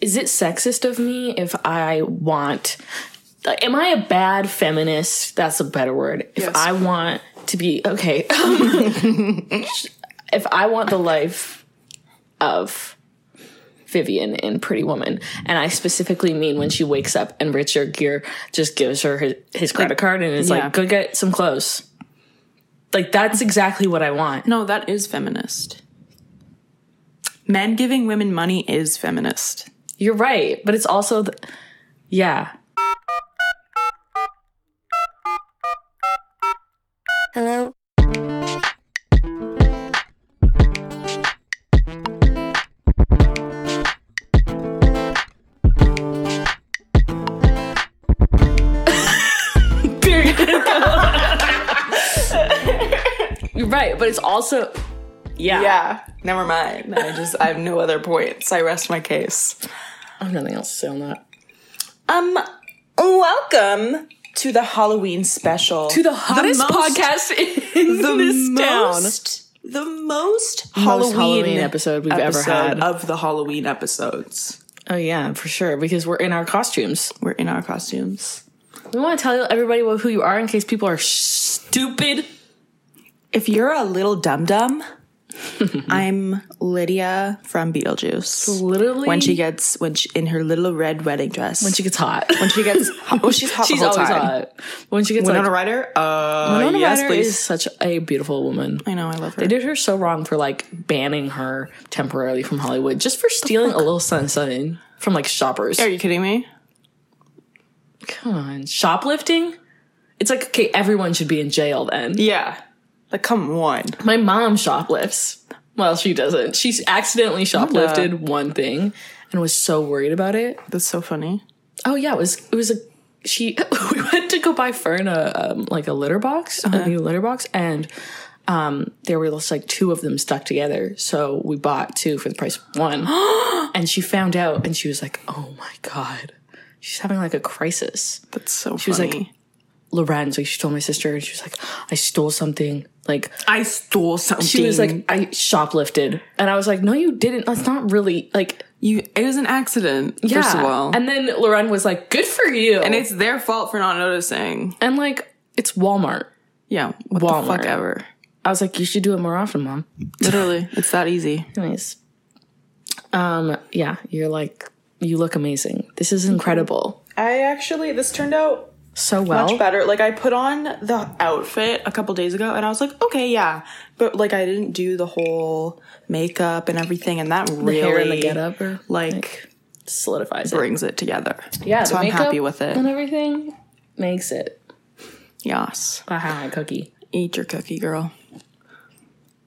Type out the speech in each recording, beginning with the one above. is it sexist of me if I want like, am I a bad feminist? That's a better word. If Yes. I want to be okay, if I want the life of Vivian in Pretty Woman, and I specifically mean when she wakes up and Richard Gere just gives her his, his credit card and is yeah. like, "Go get some clothes." Like that's exactly what I want. No, that is feminist. Men giving women money is feminist. You're right, but it's also, th- yeah. Hello? You're right, but it's also, yeah. Yeah, never mind. I just I have no other points. I rest my case. I have nothing else to say on that. Um, welcome to the Halloween special. To the hottest podcast in the this town. most, The most Halloween, Halloween episode we've ever episode had. of the Halloween episodes. Oh yeah, for sure, because we're in our costumes. We're in our costumes. We want to tell everybody what- who you are in case people are stupid. If you're a little dum dum, I'm Lydia from Beetlejuice. Literally, When she gets when she, in her little red wedding dress. when she gets hot, when she gets oh she's hot she's the whole always time. hot. When she gets Winona like, Ryder. Uh, Winona yes, Ryder please. is such a beautiful woman. I know I love her. They did her so wrong for like banning her temporarily from Hollywood just for stealing a little sunshine from like shoppers. Are you kidding me? Come on, shoplifting. It's like okay, everyone should be in jail then. Yeah. Like come on. My mom shoplifts. Well, she doesn't. She's accidentally shoplifted one thing and was so worried about it. That's so funny. Oh yeah, it was it was a she we went to go buy Fern a um, like a litter box, a new litter box and um there were just like two of them stuck together. So we bought two for the price of one. and she found out and she was like, "Oh my god." She's having like a crisis. That's so was funny. like, Lorenz, like she told my sister and she was like, "I stole something." Like I stole something. she was like, I shoplifted. And I was like, no, you didn't. That's not really like, you. It was an accident. First of all, And then Lauren was like, good for you. And it's their fault for not noticing. and like, it's Walmart. Yeah. What Walmart. the fuck ever. I was like, you should do it more often, mom. Literally, it's that easy. Anyways. Um, yeah, you're like, you look amazing. This is incredible. I actually, this turned out So well. much better. Like I put on the outfit a couple days ago, and I was like, okay, yeah, but like I didn't do the whole makeup and everything, and that really Hair and the getup or like, solidifies it. brings it together. Yeah, so the I'm makeup happy with and it. everything makes it. Yes, Aha, cookie. eat your cookie, girl.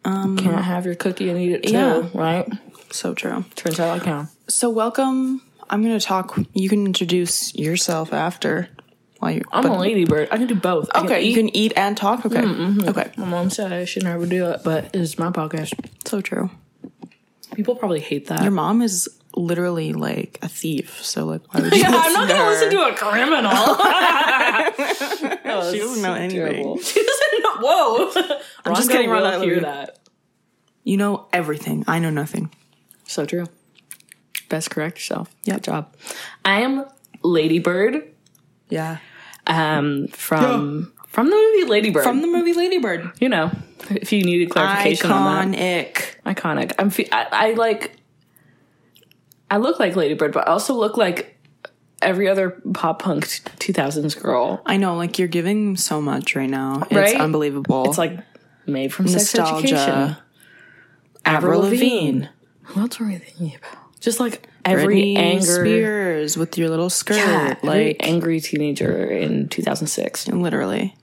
Can't have your cookie and eat it too, Mm-hmm. Yeah. right? So true. Turns out I can. So welcome. I'm gonna talk. You can introduce yourself after. While you, I'm Mm, but- a ladybird. I can do both. I can okay, eat you can eat and talk. Okay, mm-hmm. okay. My mom said I should never do it, but it's my podcast. So true. People probably hate that. Your mom is literally like a thief. So like, why would you? I'm not gonna listen to a criminal. She doesn't know anything. She doesn't know. Whoa! I'm just kidding, Rhonda, I love hear you. that. You know everything. I know nothing. So true. Best correct yourself. Yep. Good job. I am Ladybird Yeah. um, from from the movie Ladybird. From the movie Ladybird. you know, if you needed clarification on Iconic. that, iconic. I'm fe- I, I like. I look like Ladybird, but I also look like every other pop punk 2000s girl. I know, like you're giving so much right now. It's Right? unbelievable. It's like made from Nostalgia. sex education. Avril Avril Lavigne. Lavigne, Who else were we thinking about? Just like every Britney anger, Spears with your little skirt, yeah, every like angry teenager in 2006. literally.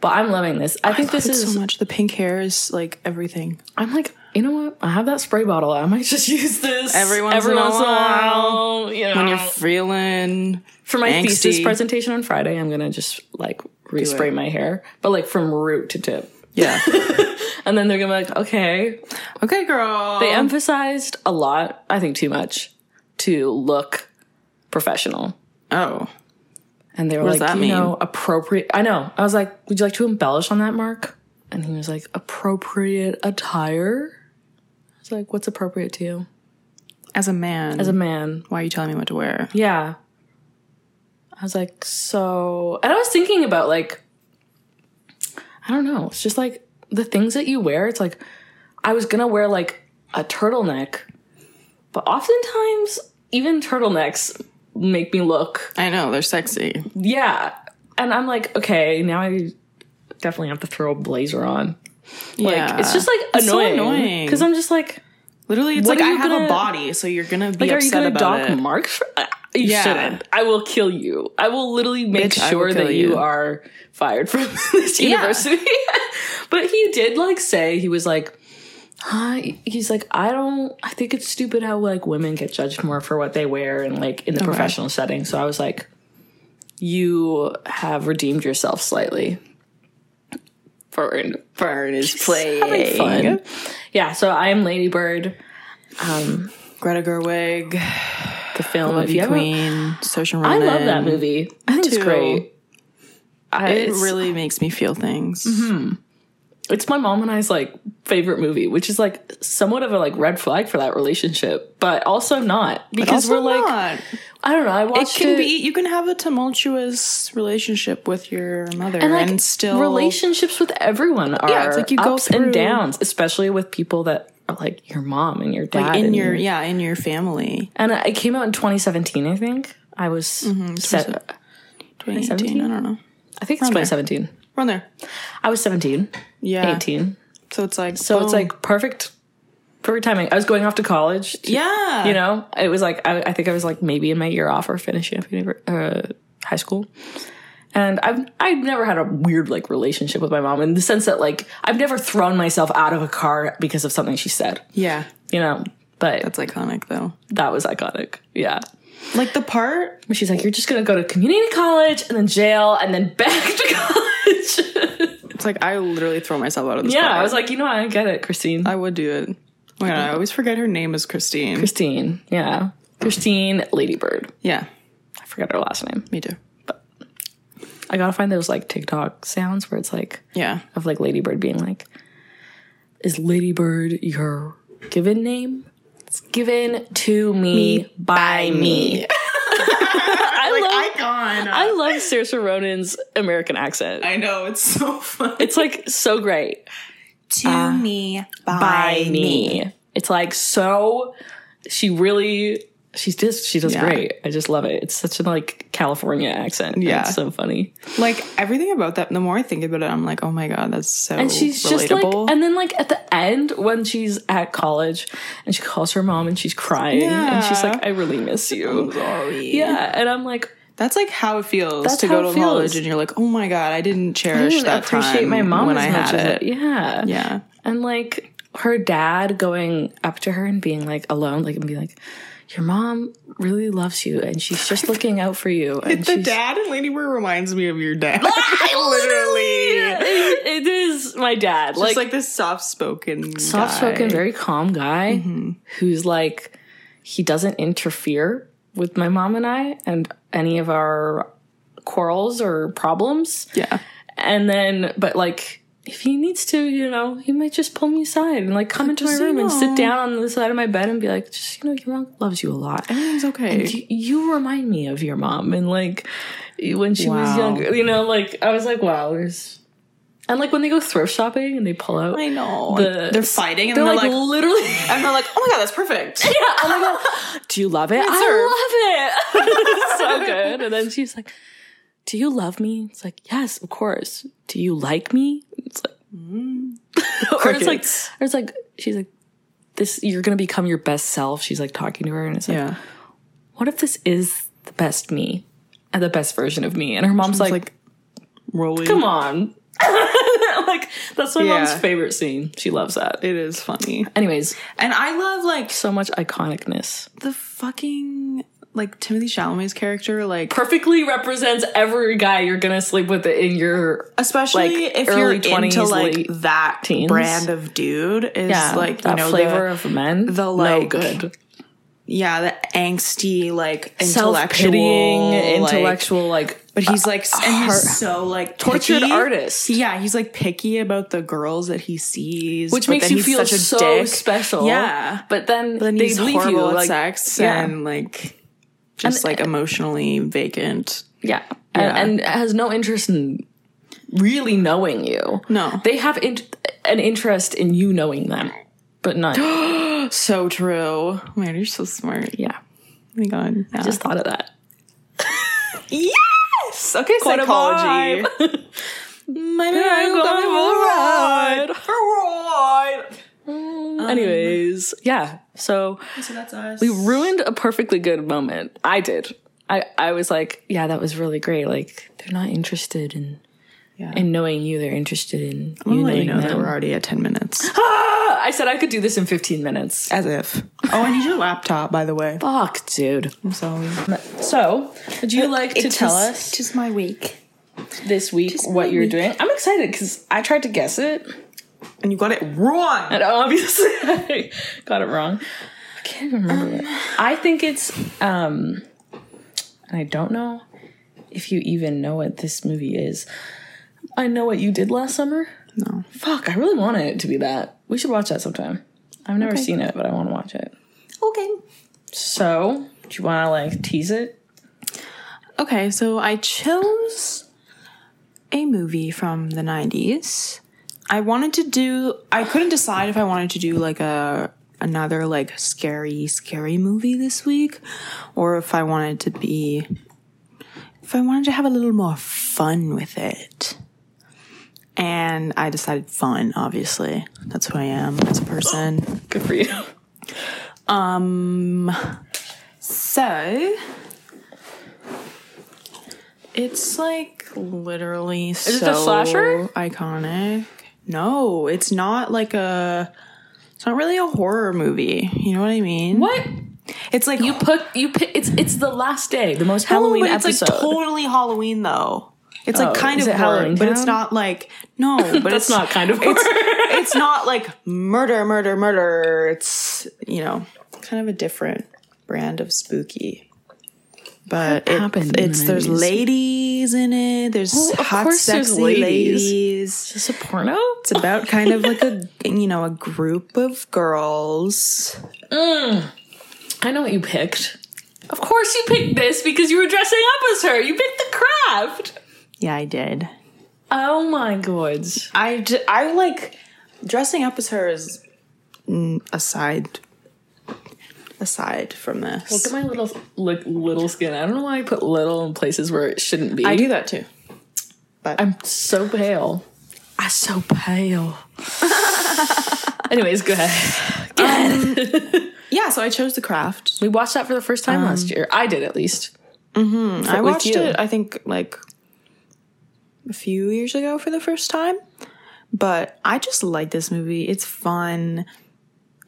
But I'm loving this. I think this It's is. so much. The pink hair is like everything. I'm like, you know what? I have that spray bottle. I might just use this Every once in a while. You know, When you're feeling for my thesis angsty. presentation on Friday, I'm gonna just like respray my hair, but like from root to tip. yeah, And then they're gonna be like, okay, okay, girl. They emphasized a lot, I think too much, to look professional. oh, And they were does like, that you mean? know, appropriate. I know. I was like, would you like to embellish on that, Mark? And he was like, appropriate attire? I was like, what's appropriate to you? As a man, as a man. why are you telling me what to wear? Yeah. I was like, so. And I was thinking about, like, I don't know. It's just like the things that you wear. It's like, I was going to wear, like, a turtleneck, but oftentimes, even turtlenecks make me look. I know they're sexy. Yeah. And I'm like, okay, now I definitely have to throw a blazer on. Like, yeah, it's just like annoying. annoying. Because I'm just like, literally it's What like are I you have gonna- a body, so you're gonna be Like, are you upset gonna about dock it. marks? For, uh, you Yeah. shouldn't. I will kill you. I will literally make Bitch, I will sure kill that you. you. are fired from this university. but he did like say he was like, huh? he's like, I don't. I think it's stupid how like women get judged more for what they wear and like in the professional setting. So I was like, you have redeemed yourself slightly. For Burn is having fun. Yeah, so I am Ladybird, Greta Gerwig, the film. if you Movie haven't- Queen, Saoirse I Ronan. love that movie. I think it's too. great. I, It it's, Mm-hmm. really makes me feel things. it's my mom and I's like favorite movie, which is like somewhat of a like red flag for that relationship, but also not because Also we're like not. I don't know. I it watched can be. You can have a tumultuous relationship with your mother and, like, still relationships with everyone are Yeah, it's like you go ups through- and downs, especially with people that are like your mom and your dad in and your yeah in your family. and it came out in 2017, I think. I was Mm-hmm, set. 2018, I don't know. I think it's 2017. We're on there. I was 17, Yeah. Oh. 18. So it's like So it's like perfect, perfect timing. I was going off to college. yeah. You know, it was like I, I think I was like maybe in my year off or finishing up univer- uh, high school, and I've I've never had a weird like relationship with my mom in the sense that like I've never thrown myself out of a car because of something she said. Yeah. You know, but That's iconic though. that was iconic. Yeah, Like the part but she's like, you're just gonna go to community college and then jail and then back to college. it's like I literally throw myself out of this. yeah, car. I was like, you know, what? I get it, Christine. I would do it. Oh my God, I always forget her name is Christine. Christine. Yeah, Christine Ladybird. yeah, I forgot her last name. me too. I gotta find those like TikTok sounds where it's like Yeah, of like Ladybird being like, "Is Ladybird your given name? It's given to me, by me." I love icon. I love Saoirse Ronan's American accent. I know it's so funny. It's like so great. To me by, It's like so. She really. She's just she does Yeah. great. I just love it. It's such a like California accent. and Yeah. it's so funny. Like everything about that. The more I think about it, I'm like, oh my god, that's so and she's relatable. just like and then like at the end when she's at college and she calls her mom and she's crying and she's Yeah. like i really miss you sorry. yeah and i'm like That's like how it feels That's to how go it to feels. college and you're like, oh my god, I didn't i cherish didn't that appreciate time my mom when as I much had as it. I- yeah Yeah, and like her dad going up to her and being like alone like and being like your mom really loves you and she's just looking out for you and she's dad and Lady Bird reminds me of your dad. Yeah, it, it is my dad Like, like, just like this soft spoken, soft spoken, very calm guy who's like he doesn't interfere with my mom and I and any of our quarrels or problems. Yeah, And then but like if he needs to, you know, he might just pull me aside and like come into my just, you room and sit know. down on the side of my bed and be like, just you know, your mom loves you a lot. everything's okay. You, you remind me of your mom and like when she was Wow. younger, you know, like I was like, wow, there's and like when they go thrift shopping and they pull out I know The- they're fighting and they're they're, like, like, literally and they're like, oh my god, that's perfect. oh my god, do you love it? I love it. so good. And then she's like, "Do you love me?" It's like, "Yes, of course." Do you like me? It's like, or it's like, Mm. Crickets. or it's like, she's like, "This, you're gonna become your best self." She's like talking to her, and it's like, Yeah, "What if this is the best me and the best version of me?" And her mom's like, like, like rolling. "Come on." like that's my mom's Yeah. favorite scene. She loves that. It is funny, Anyways, and I love like so much iconicness. the fucking like Timothy Chalamet's character, like perfectly represents every guy you're gonna sleep with in your especially like, if early you're 20s, into like late that teens. brand of dude is like you that know flavor the, of men. the, no like, good yeah the angsty like self intellectual pitying like, intellectual like But he's like, s- and he's so like tortured picky. artist. Yeah, he's like picky about the girls that he sees, which but makes then you he's feel such a so dick. special. Yeah, but then, But then they he's leave horrible you at like sex yeah. and like just like emotionally vacant. Yeah. Yeah. And, and has no interest in really knowing you. No. They have in- an interest in you knowing them, but not. So true. Man, you're so smart. yeah. Oh my god. Yeah. Just thought of that. yes. Okay, a psychology. My man going for a ride. For a ride. Anyways, yeah. So So that's us. we ruined a perfectly good moment. I did. I, I was like, yeah, that was really great. Like they're not interested in Yeah. in knowing you. They're interested in you I'll let knowing you know them. that we're already at 10 minutes. Ah! I said I could do this in 15 minutes. As if. Oh, I need your laptop, by the way. Fuck, dude. Uh, I'm sorry. So, would you like to tell us Just my week. this week what my you're week. doing. I'm excited because I tried to guess it, And you got it wrong. and obviously I got it wrong. I can't remember. it. I think it's um, and I don't know if you even know what this movie is. I know what you did last summer. No. Fuck, I really wanted it to be that. We should watch that sometime. I've never seen it, but I want to watch it. Okay. So, do you want to like tease it? Okay, so I chose a movie from the 90s. I wanted to do I couldn't decide if I wanted to do like a another like scary scary movie this week or if I wanted to be if I wanted to have a little more fun with it. And I decided fun, obviously. That's who I am as a person. Good for you. So it's like literally so it a slasher? iconic. No, it's not like a it's not really a horror movie. You know what I mean? What It's like you put you pick? It's it's the last day, the most No, Halloween but it's episode. like totally Halloween though. It's Oh, like kind is of it horror, Halloween but it's Town? not like no, but That's it's not kind of it's, horror. it's not like murder, murder, murder. It's you know kind of a different brand of spooky. But it, happened in it's the there's 90s? ladies in it. There's of hot, course there's sexy ladies. ladies. Is this a porno? It's about kind of like a you know a group of girls. I know what you picked. Of course you picked this because you were dressing up as her. You picked the craft. Yeah, I did. Oh my god. I, j- I like dressing up as her is mm, aside aside from this. Look at my little look, little skin. I don't know why I put little in places where it shouldn't be. I do that too. But I'm so pale. I'm so pale. Anyways, go ahead. yeah, so I chose the craft. We watched that for the first time last year. I did at least. I with watched you. it I think like a few years ago for the first time. But I just like this movie. It's fun.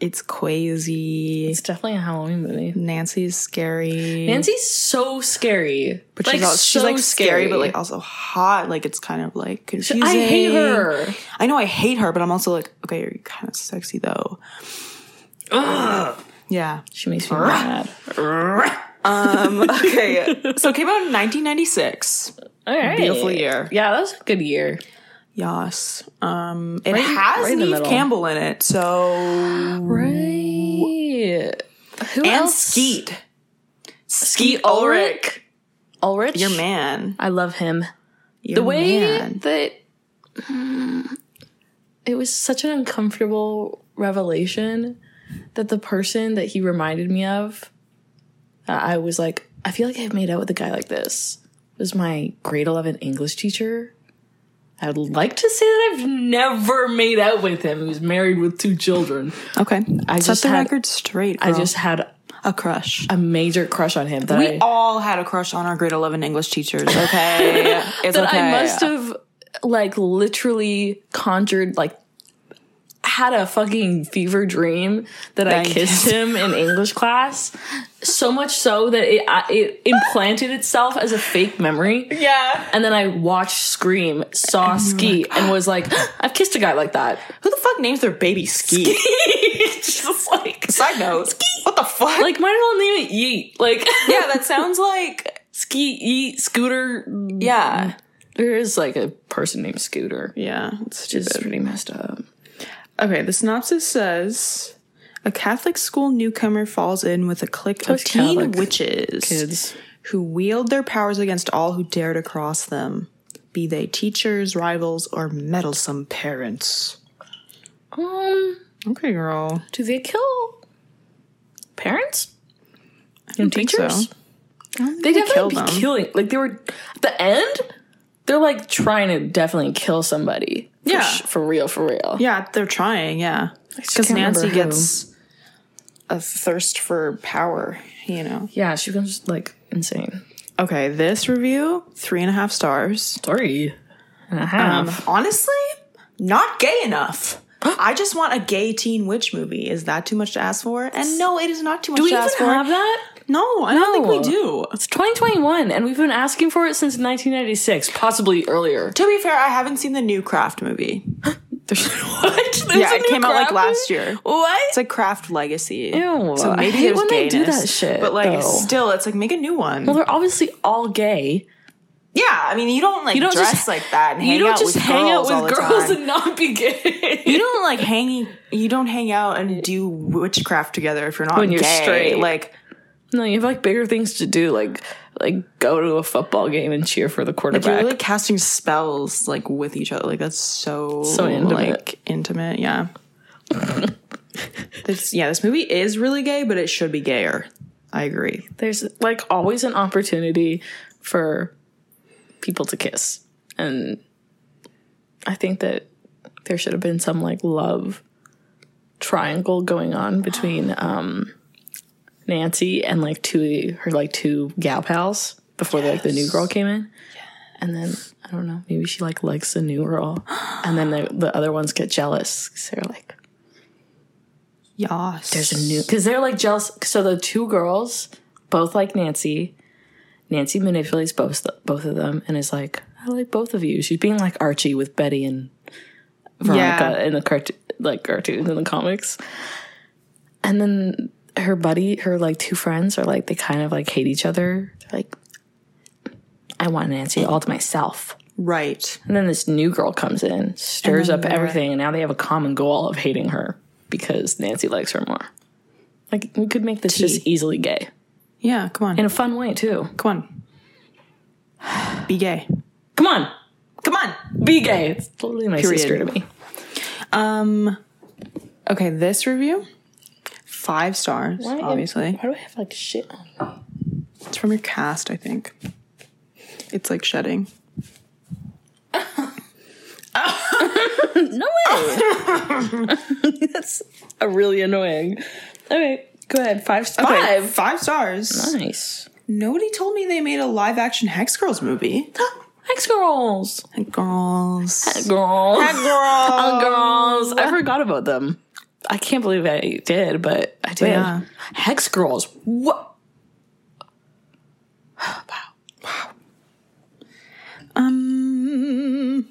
It's crazy. It's definitely a Halloween movie. Nancy is scary. Nancy's so scary. But she's, all, she's like scary, but like also hot. Like it's kind of like confusing. I hate her. I know I hate her, but I'm also like, okay, you're kind of sexy though. Yeah. She makes me mad. Okay. so it came out in 1996. All right. Beautiful year. Yeah, that was a good year. Yes. Um, it right has in the Neve middle. Campbell in it. So Right. Who and else? Skeet, Skeet Skeet Ulrich. Ulrich. your man. I love him. Your The way man. that mm, it was such an uncomfortable revelation that the person that he reminded me of, uh, I was like, I feel like I've made out with a guy like this. It was my grade eleven English teacher. I'd like to say that I've never made out with him. He was married with two children. Okay, I set just the had- record straight. I girl. just had a crush. a major crush on him that We I, all had a crush on our grade eleven English teachers. Okay, it's that okay. I must have like literally conjured like had a fucking fever dream that I That you kissed him in English class. So much so that it I, it implanted itself as a fake memory. Yeah. And then I watched Scream, saw Ski, and was like, I've kissed a guy like that. Who the fuck names their baby Skeet? Just like, Side note. What the fuck? like might as well name it Yeet. Like, yeah, that sounds like Ski Eat Scooter. Yeah. There is like a person named Scooter. Yeah. It's Which is stupid. pretty messed up. Okay, the synopsis says a Catholic school newcomer falls in with a clique of Those teen Catholic witches Kids. who wield their powers against all who dare to cross them, be they teachers, rivals, or meddlesome parents. Um, Okay, girl. do they kill parents I and don't think so. teachers? I don't think They definitely kill be them. killing. Like they were at the end. They're like trying to definitely kill somebody. For Yeah. sh- for real, for real. Yeah, they're trying, yeah. just Because can't Nancy remember who. gets a thirst for power, you know. Yeah, she becomes like insane. Okay, this review, three and a half stars. Sorry. And a Um, half. honestly, not gay enough. I just want a gay teen witch movie. Is that too much to ask for? And no, it is not too much do we to even ask for. have that? no, I don't think No. we do. It's 2021, and we've been asking for it since 1996, possibly earlier. To be fair, I haven't seen the new Craft movie. There's what? There's Yeah, a it new came out like Kraken? last year. What? It's like Craft Legacy. Ew, so I maybe hate there's when they gayness, do that shit, But though. like, still, it's like make a new one. well, they're obviously all gay. yeah, I mean, you don't like don't dress just- like that. And You hang don't out just with hang girls out all with the girls time. and not be gay. you don't like hanging. You don't hang out and do witchcraft together if you're not When you're gay. straight. Like No, you have like bigger things to do, like like go to a football game and cheer for the quarterback. You're like casting spells like with each other. Like that's so So intimate. Like intimate, yeah. this yeah, this movie is really gay, but it should be gayer. I agree. There's like always an opportunity for people to kiss, and I think that there should have been some like love triangle going on between um Nancy and like two her like two gal pals before like the new girl came in. And then I don't know, maybe she like likes the new girl, and then the, the other ones get jealous 'cause they're like, Yes. there's a new because they're like jealous. So the two girls both like Nancy. Nancy manipulates both both of them and is like, "I like both of you." She's being like Archie with Betty and Veronica Yeah. in the cartoon, like cartoons in the comics. And then her buddy, her like two friends are like they kind of like hate each other. They're like, "I want Nancy all to myself." right. And then this new girl comes in, stirs then up they're- everything, and now they have a common goal of hating her because Nancy likes her more. Like we could make this just easily gay Yeah, come on. in a fun way too. come on. Be gay. Come on, Come on. be gay. It's totally my Period. sister to me. Um Okay, this review. Five stars, obviously. Why do I have like shit on? It's from your cast, I think. It's like shedding. No way. That's a really annoying. Okay, go ahead. Five. Okay, Five. Five stars. Nice. Nobody told me they made a live action Hex Girls movie. Hex girls. Girls. Hex Girls. Girls. Um, girls. I forgot about them. I can't believe I did, but I did. Yeah. Hex girls. What? Um.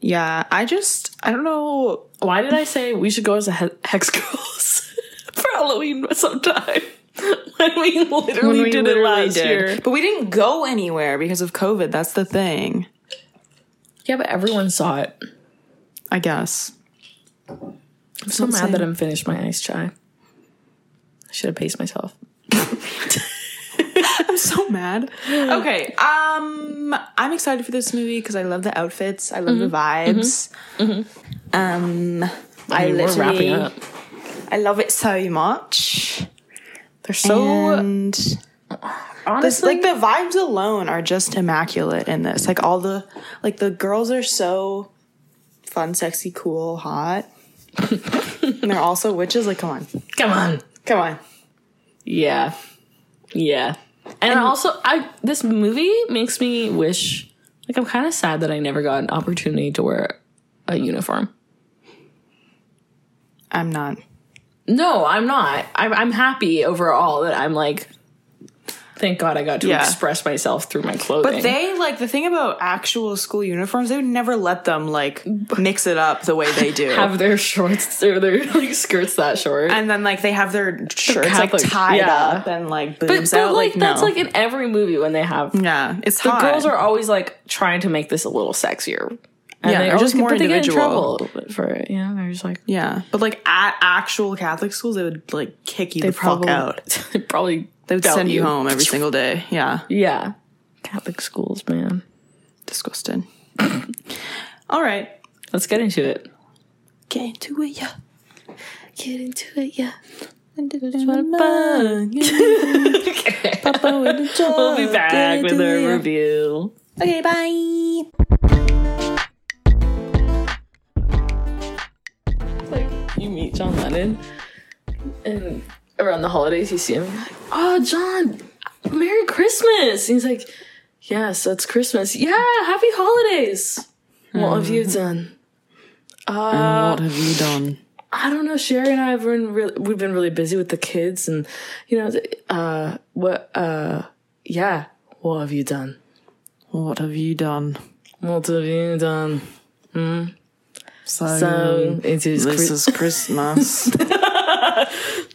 Yeah, I just I don't know. Why did I say we should go as a he- hex girls for Halloween sometime? when we literally We did literally it last year. but we didn't go anywhere because of COVID. That's the thing, Yeah, but everyone saw it. I guess. I'm so not mad that saying- I'm finished my iced chai. I should have paced myself. I'm so mad. Okay, um, I'm excited for this movie because I love the outfits. I love the Mm-hmm. vibes. Um, I, mean, we're literally, wrapping up. I love it so much. They're so and this, honestly like the vibes alone are just immaculate in this. Like all the like the girls are so fun, sexy, cool, hot. and they're also witches. Like, come on, come on. come on. Yeah. Yeah. And, also I this movie makes me wish like I'm kind of sad that I never got an opportunity to wear a uniform. I'm not. No, I'm not. I'm I'm happy overall that I'm like Thank God I got to Yeah. express myself through my clothing. But they like the thing about actual school uniforms. They would never let them like mix it up the way they do. have their shorts or their like skirts that short. and then like they have their shirts like Catholic- tied yeah. up and like but boobs but, like, Oh out. Like, that's no. like in every movie when they have yeah, it's the hot. girls are always like trying to make this a little sexier. And they Yeah, they're always just get- more but they get in individual. trouble a little bit for it. You know, they're just like yeah, but like at actual Catholic schools, they would like kick you the fuck out. They probably They would belt send you home every single day. Yeah. Yeah, Catholic schools, man. Disgusted. All right. Let's get into it. Get into it, yeah. Get into it, yeah. We'll be back with a review. Okay, bye. Like you meet John Lennon, and around the holidays you see him. You're like, oh, John, Merry Christmas! And he's like, Yes, that's Christmas. Yeah, Happy Holidays. What have Mm-hmm. you done? Uh, What have you done? I don't know. Sherry and I have been really, we've been really busy with the kids, and you know, uh, what? Uh, yeah, what have you done? What have you done? What have you done? So, So it Mm. is. this Chris- is Christmas.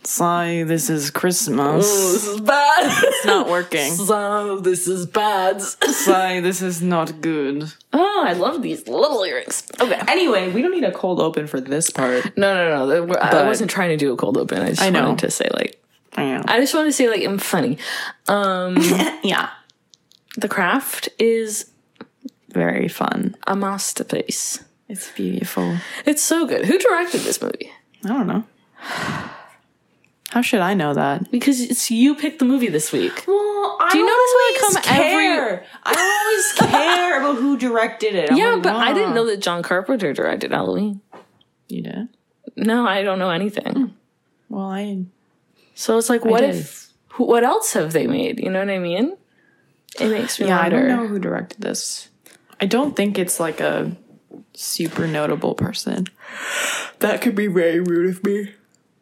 so this is Christmas. Oh, this is bad. It's not working. so this is bad. so this is not good. Oh, I love these little lyrics. Okay. Anyway, we don't need a cold open for this part. No, no, no. the- I But- wasn't trying to do a cold open. I just I know. wanted to say like, Yeah. I just wanted to say like, I'm funny. Um, uh, yeah. the craft is Very fun. a masterpiece. It's beautiful. It's so good. Who directed this movie? I don't know. How should I know that? Because it's you picked the movie this week. Well, I Do you notice how I come every- I always care about who directed it. I'm Yeah, like, but I "Wow." didn't know that John Carpenter directed Halloween. You did. No, I don't know anything. Well, I So it's like, what did. if? who- What else have they made? You know what I mean? It makes me yeah, I wonder. don't know who directed this. I don't think it's like a super notable person. That could be very rude of me.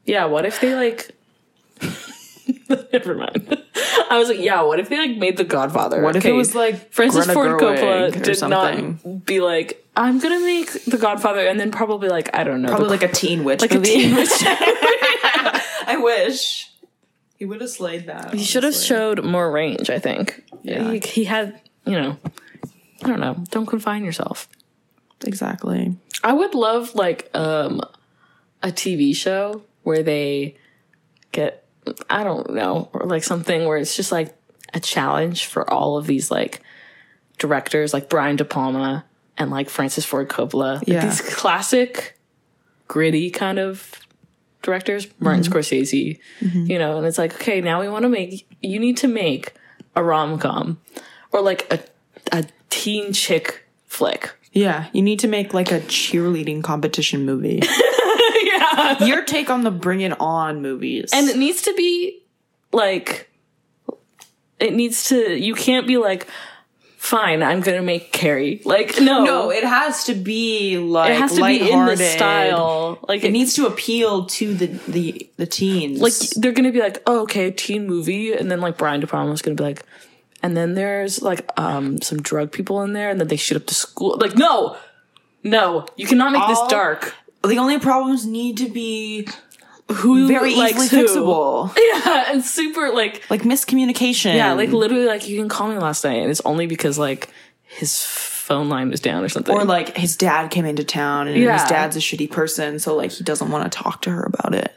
Yeah, what if they like? Never mind. I was like, yeah, what if they like made The Godfather? What if it was like Francis Greta Ford Gerwig Coppola or did something? not be like, I'm gonna make The Godfather, and then probably like I don't know, Probably like a Teen Witch the- like a teen. I wish he would have slayed that. he should have showed more range. I think. Yeah. he, he had you know, I don't know. Don't confine yourself. exactly. I would love like um a TV show where they get I don't know, or like something where it's just like a challenge for all of these like directors like Brian De Palma and like Francis Ford Coppola. Like, Yeah. these classic gritty kind of directors, Martin Scorsese, you know, and it's like, okay, now we want to make you need to make a rom-com or like a a teen chick flick. Yeah, you need to make like a cheerleading competition movie. yeah. Your take on the Bring It On movies. And it needs to be like it needs to you can't be like fine, I'm gonna make Carrie. Like no. no, it has to be like it has to be in the lighthearted. style. Like It needs to appeal to the the the teens. like they're gonna be like, oh, okay, teen movie, and then like Brian De Palma's gonna be like, and then there's like um some drug people in there, and then they shoot up the school. Like, no, no, you cannot make All this dark. the only problems need to be Who very likes easily who? fixable. Yeah, and super like Like miscommunication. Yeah, like literally, like you can call me last night, and it's only because like his phone line was down or something. or like his dad came into town and Yeah. his dad's a shitty person, so like he doesn't want to talk to her about it.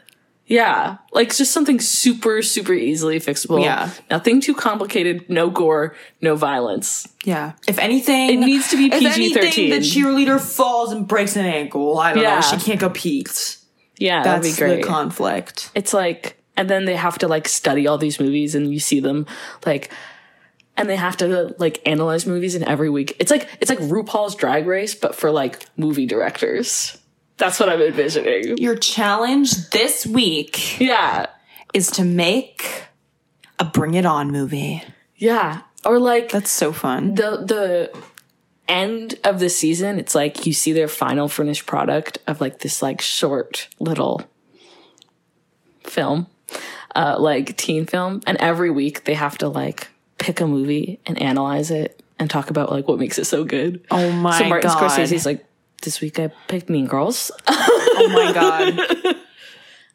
yeah, like just something super, super easily fixable. Yeah. nothing too complicated. No gore, no violence. Yeah. If anything, it needs to be PG-13. The cheerleader falls and breaks an ankle. I don't Yeah. know. She can't compete. Yeah, that'd That's be great. the conflict. it's like, and then they have to like study all these movies, and you see them like. And they have to like analyze movies, and every week it's like it's like RuPaul's Drag Race, but for like movie directors. That's what I'm envisioning. Your challenge this week Yeah, is to make a Bring It On movie. yeah, or like That's so fun. the the end of the season it's like you see their final finished product of like this like short little film uh, like teen film, and every week they have to like pick a movie and analyze it and talk about like what makes it so good. Oh my so Martin God. Scorsese's like, this week I picked Mean Girls. Oh my god.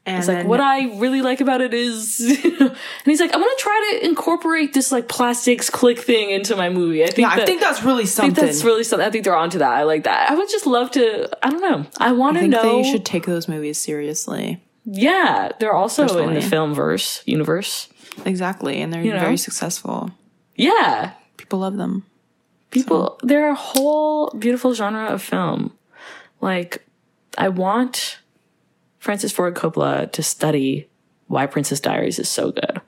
And It's like then- what I really like about it is, and he's like, I want to try to incorporate this like plastics click thing into my movie. I think, I that- think that's really I something. think that's really something. I think they're onto that. I like that. I would just love to. I don't know. I want I to think that know. you should take those movies seriously. yeah, they're also in Personally. the film verse universe. Exactly, and they're know? very successful. Yeah, People love them. people. They're a whole beautiful genre of film. Like, I want Francis Ford Coppola to study why Princess Diaries is so good,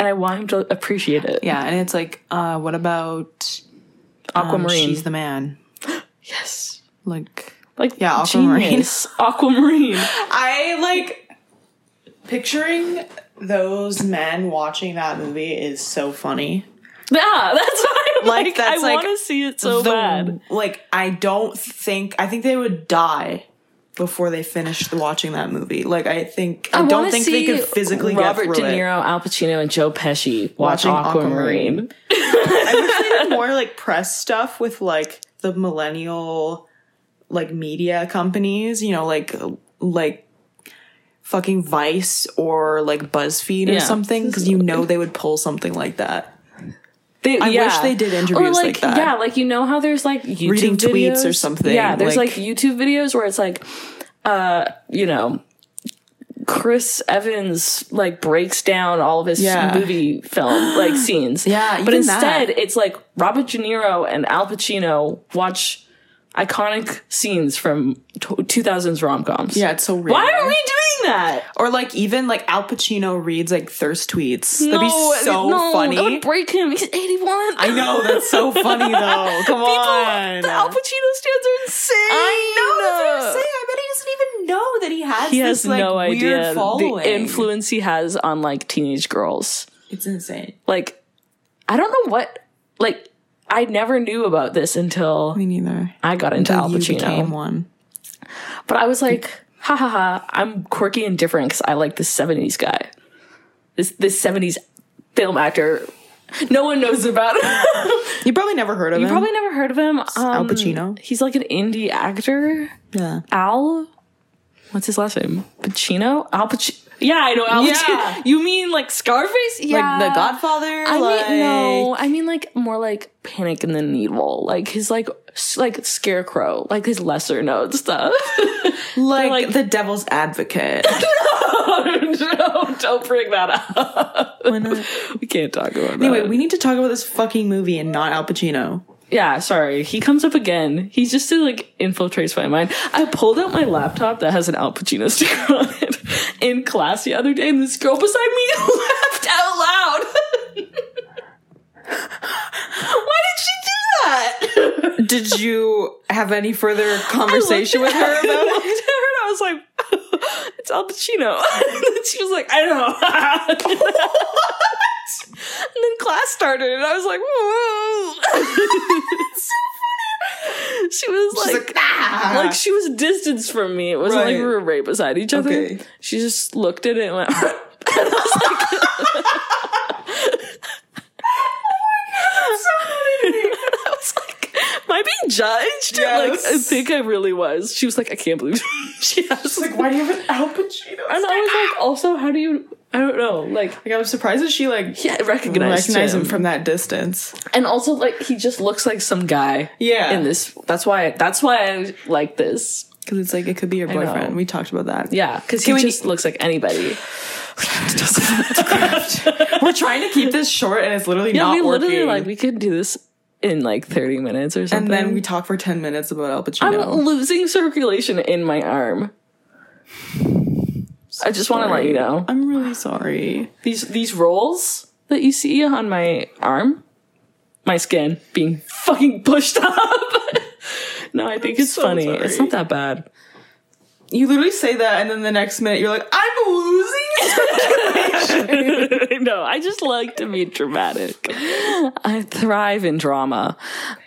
and I want him to appreciate it. Yeah, and it's like, uh, what about um, Aquamarine. She's the Man? yes. Like, Like Yeah, Aquamarine. Aquamarine. Aquamarine. I like picturing those men watching that movie is so funny. Yeah, that's what I'm Like, like. that's, I like, want to see it so the- bad. Like, I don't think I think they would die before they finished watching that movie. Like, I think I, don't wanna think they see could physically Robert get De through it. Niro, Al Pacino, and Joe Pesci watch Watching Aquamarine. I wish they did more like press stuff with like the millennial like media companies, you know, like like fucking Vice or like BuzzFeed or Yeah. something cuz you know they would pull something like that. They, I wish they did interviews like that. Yeah, like you know how there's like YouTube Reading tweets or videos? something, Yeah, there's like- like, YouTube videos where it's like, uh, you know. Chris Evans like breaks down all of his Yeah. movie film like scenes. Yeah, but even that. instead it's like Robert De Niro and Al Pacino watch iconic scenes from two thousands rom coms. Yeah, it's so weird. why are we doing that? Or like even like Al Pacino reads like thirst tweets. That'd be so funny. It would break him. He's 81. I know that's so funny though. Come on. The Al Pacino stands are insane. I know that's what I'm saying. I bet he doesn't even know that he has He this has like no weird idea the following. influence he has on like teenage girls. it's insane. Like, I don't know what. Like, I never knew about this until Me neither. I got into Al You became Pacino. one. But I was like, ha ha ha! I'm quirky and different because I like this '70s guy. This this '70s film actor. No one knows about him. You probably never heard of him. Probably never heard of him. Um, Al Pacino? He's like an indie actor. yeah. Al. What's his last name? Pacino. Al Pacino. Yeah, I know Al Yeah. Pacino. You mean like Scarface? Yeah. Like The Godfather. I like, mean no. I mean like more like Panic in the Needle. Like his like s- like Scarecrow. Like his lesser known stuff. Like, like- The Devil's Advocate. no, don't bring that up. Why not? We can't talk about that. Anyway, we need to talk about this fucking movie and not Al Pacino. Yeah, sorry. He comes up again. He's just to like infiltrates my mind. I pulled out my laptop that has an Al Pacino sticker on it in class the other day, and this girl beside me laughed out loud. Why did she do that? Did you have any further I looked at- I looked at her and I was like, it's Al Pacino. and then she was like, I know. what? And then class started and I was like, whoa. it's so funny. She was She's like, like, ah! like she was distanced from me. It wasn't like we Right. were right beside each other. Okay. She just looked at it and went, and I was like, I was like, am I being judged? Yes. Like, I think I really was. She was like, I can't believe she has. Like, why do you have an Al Pacino? and I sticker? was like, also, how do you? I don't know. Like, Like, I was surprised that she like yeah, I recognized, recognized him. him from that distance. and also like he just looks like some guy. Yeah. in this. That's why. That's why I like this. Because it's like it could be your know. boyfriend. We talked about that. Yeah, because Can he we- just looks like anybody. We're trying to keep this short, and it's literally Yeah, not we literally working. like we could do this in like thirty minutes or and something. then we talk for ten minutes about Al I'm Pacino. losing circulation in my arm. I just want to let you know I'm really sorry. these these rolls that you see on my arm, my skin being fucking pushed up. no, I think it's so funny. sorry. It's not that bad. You literally say that, and then the next minute you're like, "I'm losing." it." no, I just like to be dramatic. I thrive in drama.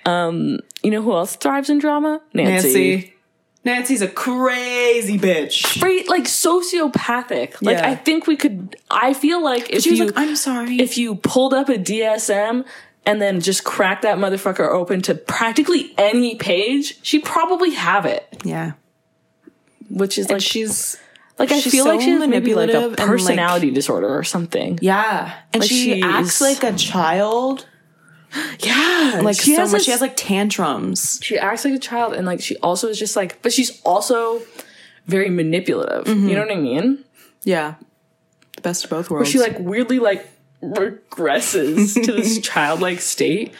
Um, you know who else thrives in drama? Nancy. Nancy, Nancy's a crazy bitch. Right, like sociopathic. Like Yeah. I think we could. I feel like if She was you like, I'm sorry. if you pulled up a DSM and then just cracked that motherfucker open to practically any page, she'd probably have it. yeah. Which is like She's like I she's feel like so she has maybe like manipulative a and, like- personality disorder or something. yeah. And Like, she she's- acts like a child. Yeah, Like so much. a- she has like tantrums. she acts like a child and like she also is just like but she's also very manipulative Mm-hmm. you know what i mean Yeah. The best of both worlds. she like weirdly like regresses to this childlike state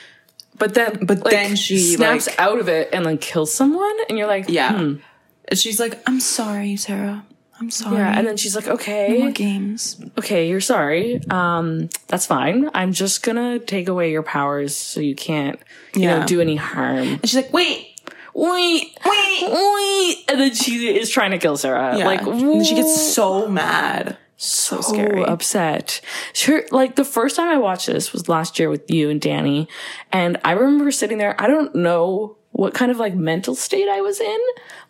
but then But like, then she, snaps like- out of it and like kills someone and you're like Yeah. hmm, And she's like, I'm sorry, Sarah. I'm sorry. yeah and then she's like okay more games. okay you're sorry um that's fine i'm just gonna take away your powers so you can't you Yeah. know do any harm And she's like, wait, wait wait. wait and then she is trying to kill sarah Yeah. like and she gets "Whoa." so mad. so scary. Oh, upset. Sure, like the first time I watched this was last year with you and Danny, and I remember sitting there. I don't know what kind of like mental state I was in,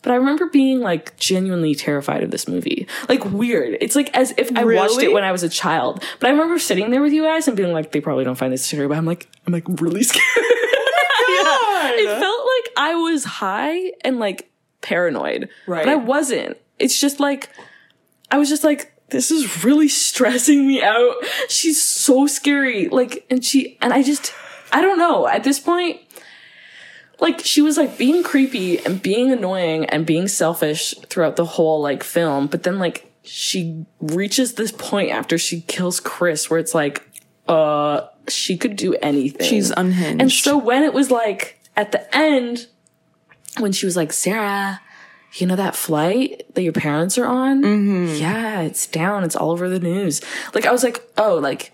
but I remember being like genuinely terrified of this movie. Like weird. It's like as if I watched Really? it when I was a child. But I remember sitting there with you guys and being like, they probably don't find this scary, but I'm like, I'm like really scared. God. It felt like I was high and like paranoid. Right. But I wasn't. It's just like I was just like, this is really stressing me out. She's so scary. Like, and she, and I just, I don't know. At this point, like, she was like being creepy and being annoying and being selfish throughout the whole like film. But then, like, she reaches this point after she kills Chris where it's like, uh, she could do anything. She's unhinged. And so when it was like at the end, when she was like, Sarah, you know that flight that your parents are on? Mm-hmm. Yeah, it's down. It's all over the news. Like I was like, oh, like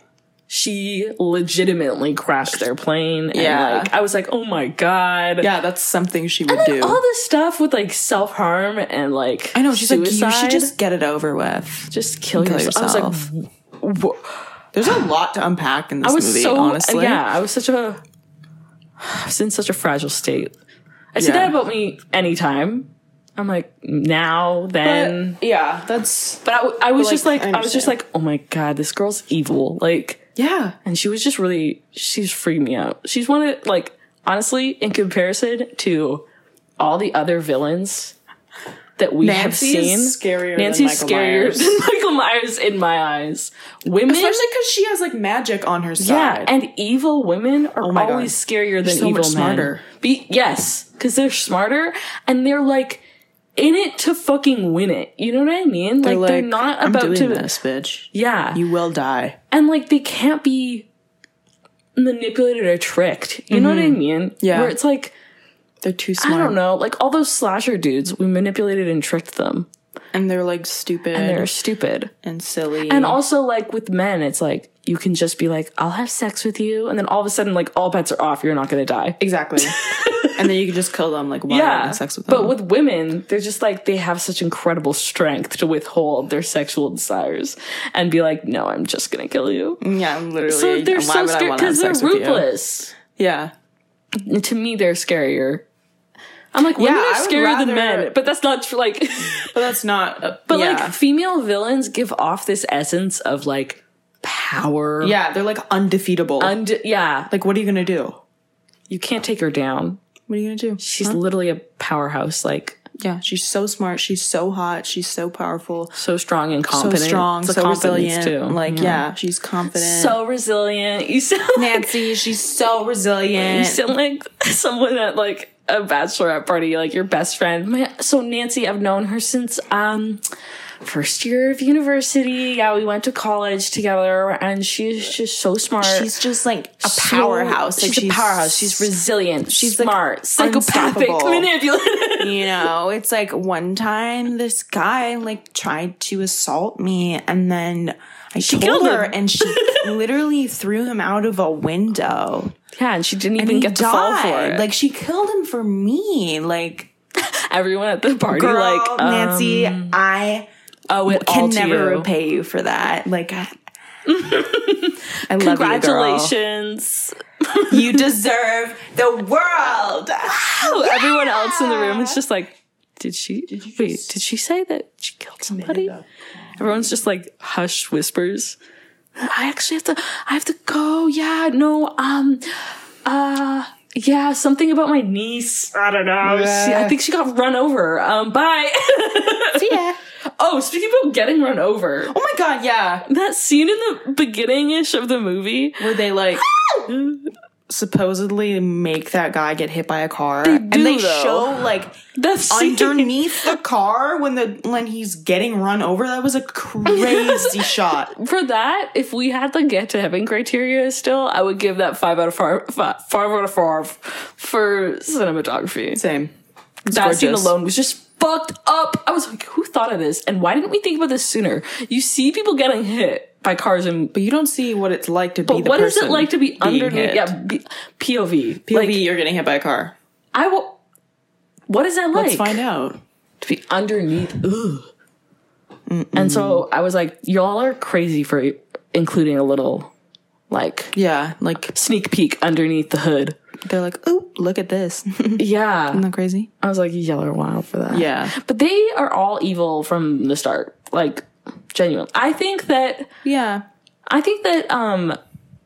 she legitimately crashed their plane. And Yeah. like I was like, oh my God. yeah, that's something she would do. All this stuff with like self harm and like I know. She's suicide, like, you should just get it over with. just kill, kill yourself. I was yourself. like, There's a lot to unpack in this I was movie, so uh, honestly. yeah. I was such a I was in such a fragile state. I say Yeah. that about me anytime. I'm like now then, But, yeah, that's but, I w I I, was like, just like I I, was just understand. like oh my god, this girl's evil. Like, yeah. and she was just really she's freaking me out. She's one of like honestly in comparison to all the other villains that we Nancy have seen. is scarier than Nancy's Michael scarier Myers. than Michael Myers in my eyes. Women. Especially because she has like magic on her Yeah, side. Oh and evil women are my God. always scarier than so evil much men. smarter. Be- yes, because they're smarter and they're like in it to fucking win it. You know what I mean? Like, they're not about I'm doing to. this, bitch. Yeah, You will die. and like they can't be manipulated or tricked. You know what I mean? Mm-hmm. Yeah. where it's like They're too I smart. don't know, like all those slasher dudes, we manipulated and tricked them. And they're like stupid and, They're stupid. silly. And also, like with men, it's like you can just be like, "I'll have sex with you," and then all of a sudden, like all bets are off. You're not going to die. exactly. and then you can just kill them like while you're having sex with them. But with women, they're just like they have such incredible strength to withhold their sexual desires and be like, "No, I'm just gonna kill you." yeah, I'm literally. So they're why so would I scared wanna have because they're sex with you? ruthless. Yeah. And to me, they're scarier. I'm like, women Yeah, are I would scarier than rather- men, but that's not true. Like, But that's not. A, but yeah. like female villains give off this essence of like power. yeah, they're like undefeatable. Und- yeah, like, what are you gonna do? you can't take her down. What are you gonna do? She's literally a powerhouse, like Yeah, she's so smart. She's so hot. She's so powerful. so strong and So confident. strong. It's a So confidence, resilient. too. Like, yeah. she's confident. so resilient. You sound like, Nancy, she's so you resilient. sound like someone at like a bachelorette party, like your best friend. My, so Nancy, I've known her since um first year of university. Yeah, we went to college together, and she's just so smart. she's just like a So- powerhouse. like she's, a powerhouse. She's resilient. She's she's, like, smart, psychopathic, unstoppable. manipulative. you know, it's like one time this guy like tried to assault me, and then I told killed her, him. and she literally threw him out of a window. yeah, and she didn't even He get to fall for died. it. Like she killed him for me. Like everyone at the party, girl, like um, Nancy, I owe it all can to never you. repay you for that. Like. I- I love you, Congratulations. girl. You deserve the world. Oh everyone else in the room is just like Did she? wait, did she say that she killed somebody? Everyone's just like hushed whispers. I actually have to. I have to go. Yeah. No. Um. Uh. Yeah. Something about my niece. I don't know. She, I think she got run over. Um. Bye. Yeah. oh, speaking about getting run over, Oh my god, yeah. that scene in the beginning ish of the movie. Where they like supposedly make that guy get hit by a car. do, and they though. show like That scene. underneath the car when the when he's getting run over. That was a crazy shot. for that, if we had the get to heaven criteria still, I would give that five out of five, five, five out of five for cinematography. Same. that scene gorgeous. alone was just fucked up. I was like, who thought of this? And why didn't we think about this sooner? You see people getting hit by cars and But you don't see what it's like to be but the what is person. it like to be being underneath? hit. Yeah, be, POV. POV, Like you're getting hit by a car. I will. What is that like? Let's find out. to be underneath. Ugh. And so I was like, y'all are crazy for including a little like Yeah, like sneak peek underneath the hood. they're like, oh, look at this. Isn't Yeah, that crazy? I was like, y'all are wild for that. Yeah. But they are all evil from the start. Like, genuine. I think that Yeah. I think that um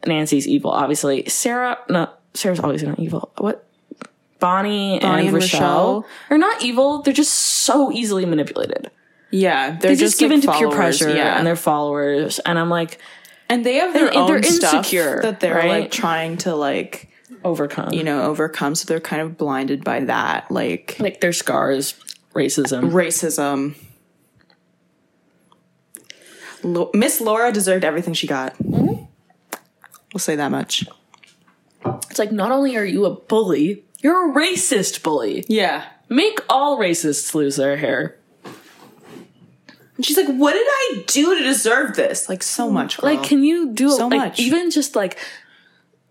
Nancy's evil, obviously. Sarah no Sarah's obviously not evil. What Bonnie, and, and Rochelle, Rochelle. are not evil. They're just so easily manipulated. Yeah. They're, They're just, like, given to peer followers, pressure Yeah. and their followers. And I'm like, and they have their And- own and they're stuff insecure, that they're right? like trying to like overcome. you know overcome. So they're kind of blinded by that, like like their scars, racism. racism. Lo- Miss Laura deserved everything she got. We'll say that much. It's like not only are you a bully, you're a racist bully. Yeah. Make all racists lose their hair. And she's like, "What did I do to deserve this? Like so much." Girl. Like, can you do So like, much. Even just like,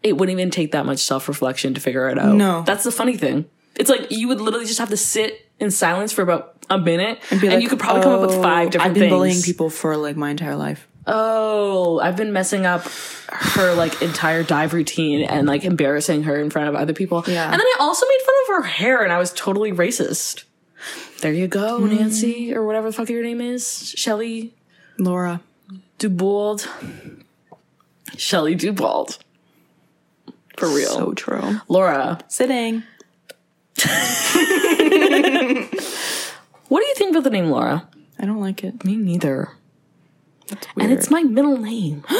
it wouldn't even take that much self reflection to figure it out. No. that's the funny thing. It's like you would literally just have to sit in silence for about a minute, and, Be like, you could probably come up with "Oh, five different I've been things. bullying people for like my entire life. Oh, I've been messing up her like entire dive routine and like embarrassing her in front of other people. Yeah. and then I also made fun of her hair, and I was totally racist. There you go, Hmm. Nancy, or whatever the fuck your name is, Shelly Laura. Dubold. Shelly Dubold. For real. So true. Laura, Sitting. what do you think about the name Laura? I don't like it. Me neither. That's weird. And it's my middle name.